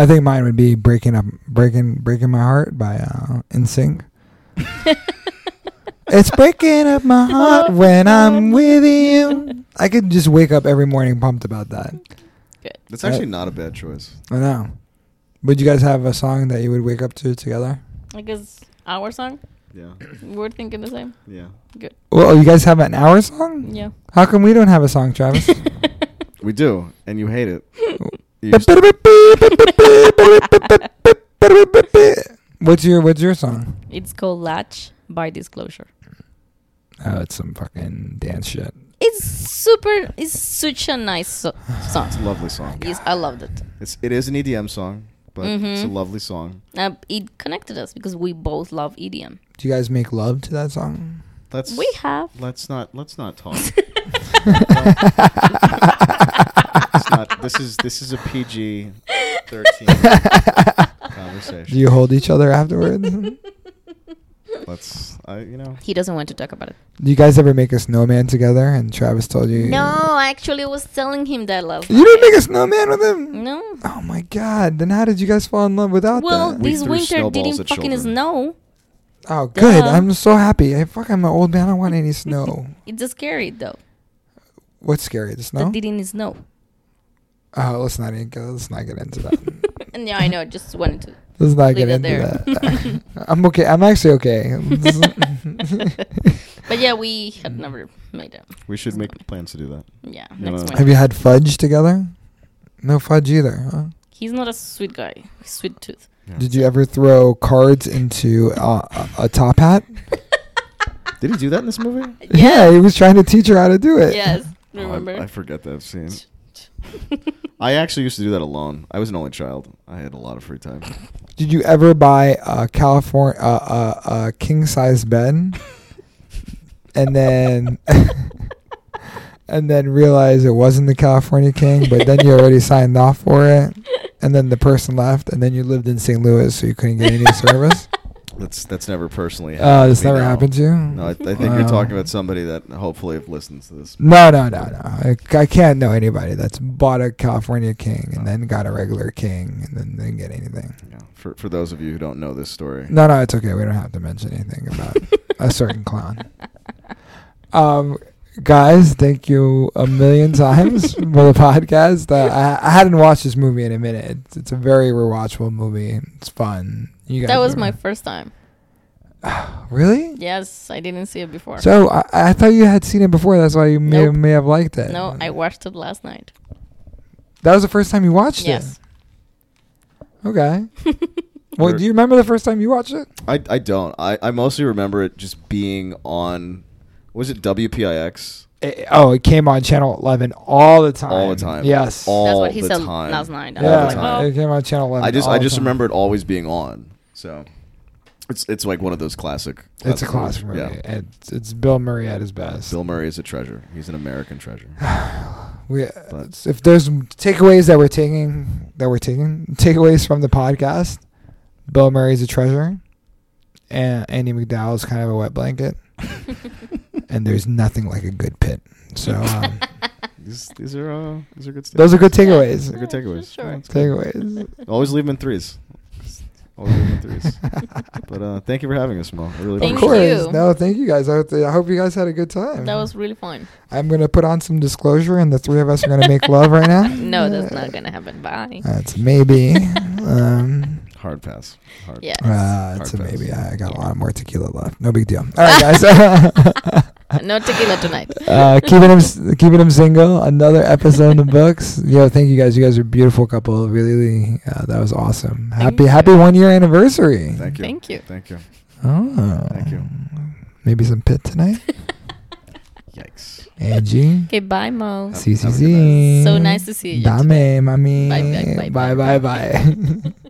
S1: I think mine would be breaking up, breaking, breaking my heart by uh, NSYNC. It's breaking up my heart when I'm with you. I could just wake up every morning pumped about that.
S2: That's actually not a bad choice.
S1: I know. Would you guys have a song that you would wake up to together?
S3: Like it's our song.
S2: Yeah,
S3: We're thinking the same.
S2: yeah.
S1: Well, you guys have an hour song?
S3: Yeah.
S1: How come we don't have a song, Travis?
S2: We do, and you hate it. You just-
S1: what's your What's your song?
S3: It's called Latch by Disclosure.
S1: Oh, it's some fucking dance shit.
S3: It's super. It's such a nice so- song.
S2: it's a lovely song.
S3: Yes, I loved it.
S2: It's it is an EDM song, but it's a
S3: Mhm.
S2: lovely song.
S3: Uh, it connected us because we both love EDM.
S1: Do you guys make love to that song?
S2: Let's
S3: We have.
S2: let's not let's not talk. It's not, this is this is a PG thirteen
S1: Do
S2: conversation.
S1: you hold each other afterwards? Do
S2: Let's I you know
S3: He doesn't want to talk about it.
S1: you guys ever make a snowman together? And Travis told you
S3: No, I actually was telling him that last
S1: You didn't make a snowman with him.
S3: No.
S1: Oh my god! Then how did you guys fall in love without
S3: Well,
S1: that?
S2: We
S3: this
S2: threw
S3: winter
S2: snowballs
S3: didn't
S2: at
S3: fucking
S2: children.
S3: snow.
S1: oh, good.
S3: duh.
S1: I'm so happy. I, fuck, I'm an old man. I don't want any snow.
S3: It's scary though.
S1: What's scary? The
S3: That
S1: snow?
S3: didn't snow.
S1: Oh, let's not even go. Let's not get into that.
S3: And yeah, I know. Just wanted to.
S1: Let's not get
S3: Leave
S1: into
S3: it there.
S1: that. I'm okay. I'm actually okay.
S3: But yeah, we had never made it.
S2: Mm. we should make plans to do that.
S3: Yeah,
S2: No,
S3: next
S2: no.
S3: one.
S1: Have you had fudge together? No fudge either. Huh?
S3: He's not a sweet guy. He's Sweet tooth.
S1: Did you ever throw cards into uh, a, a top hat?
S2: Did he do that in this movie?
S1: Yeah. he was trying to teach her how to do it.
S3: Yes.
S2: Oh, I-
S3: Remember?
S2: I, forget that scene. I actually used to do that alone. I was an only child. I had a lot of free time.
S1: Did you ever buy a California a uh, uh, uh, king size bed, and then and then realize it wasn't the California king, but then you already signed off for it, and then the person left, and then you lived in St. Louis, so you couldn't get any service.
S2: That's that's never personally. happened
S1: Uh,
S2: to
S1: this
S2: me
S1: never
S2: now.
S1: happened to you.
S2: No, I, I think you're
S1: Wow.
S2: talking about somebody that hopefully listens to this.
S1: No, no, no, no. I, I can't know anybody that's bought a California King and then got a regular King and then didn't get anything.
S2: Yeah. For for those of you who don't know this story,
S1: No, no, it's okay. We don't have to mention anything about a certain clown. Um, guys, thank you a million times for the podcast. Uh, I, I hadn't watched this movie in a minute. It's, it's a very rewatchable movie. It's fun. You guys
S3: that was
S1: are-
S3: my first time.
S1: really.
S3: Yes, I didn't see it before.
S1: So uh, I, I thought you had seen it before. That's why you may,
S3: Nope.
S1: may have liked it.
S3: no, I watched it last night.
S1: that was the first time you watched
S3: Yes.
S1: it. Okay. Well,
S2: We're-
S1: do you remember the first time you watched it?
S2: I I don't. I I mostly remember it just being on. Was it WPIX?
S1: It- oh, it came on channel eleven all the time.
S2: All the time.
S1: Yes.
S2: All
S3: That's what he
S2: the
S3: said
S2: time.
S3: last night.
S2: All
S3: I
S1: yeah,
S2: the
S3: was like,
S2: time.
S1: it came on channel eleven.
S2: I just
S1: all
S2: I
S1: the
S2: just
S1: time.
S2: remember it always being on. So it's it's like one of those classic.
S1: It's a
S2: classic
S1: classic movie. It's, it's Bill Murray at his best.
S2: Bill Murray is a treasure. He's an American treasure.
S1: we,
S2: But-
S1: if there's takeaways that we're taking, that we're taking takeaways from the podcast, Bill Murray's a treasure, and Andy McDowell's kind of a wet blanket, and there's nothing like a good pit. So um,
S2: These, these are uh, these are good. Stuff.
S1: those are good takeaways.
S2: They're good
S3: Yeah,
S2: takeaways.
S3: sure.
S2: Yeah, it's good.
S1: Takeaways.
S2: Always leave them in threes. Always leave them in threes. but uh, thank you for having us, Mo. I really
S3: Thank
S1: of
S2: appreciate it.
S1: course.
S3: you.
S1: No, thank you guys. I hope, I hope you guys had a good time.
S3: that was really fun.
S1: I'm gonna put on some disclosure, and the three of us are gonna make love right now.
S3: No, that's not gonna happen. Bye.
S1: That's maybe. um,
S2: Hard pass. Hard.
S3: Yeah.
S1: uh, it's a
S2: Hard pass.
S1: maybe. I got a lot more tequila left. No big deal. All right, guys. uh,
S3: no tequila tonight.
S1: keeping him, keeping him single. Another episode in the books. Yo, thank you guys. You guys are a beautiful couple. Really, uh, that was awesome. Happy,
S3: you.
S1: happy one year anniversary.
S2: Thank you.
S3: Thank you.
S2: Thank you.
S1: Oh,
S2: Thank you.
S1: Maybe some pit tonight.
S2: Yikes.
S1: Angie,
S3: Okay, bye, Mo.
S2: Have-
S1: CCC.
S2: have a good
S3: So nice to see you.
S1: Dame, mami.
S3: Bye, bye, bye,
S1: bye,
S3: bye,
S1: bye. bye.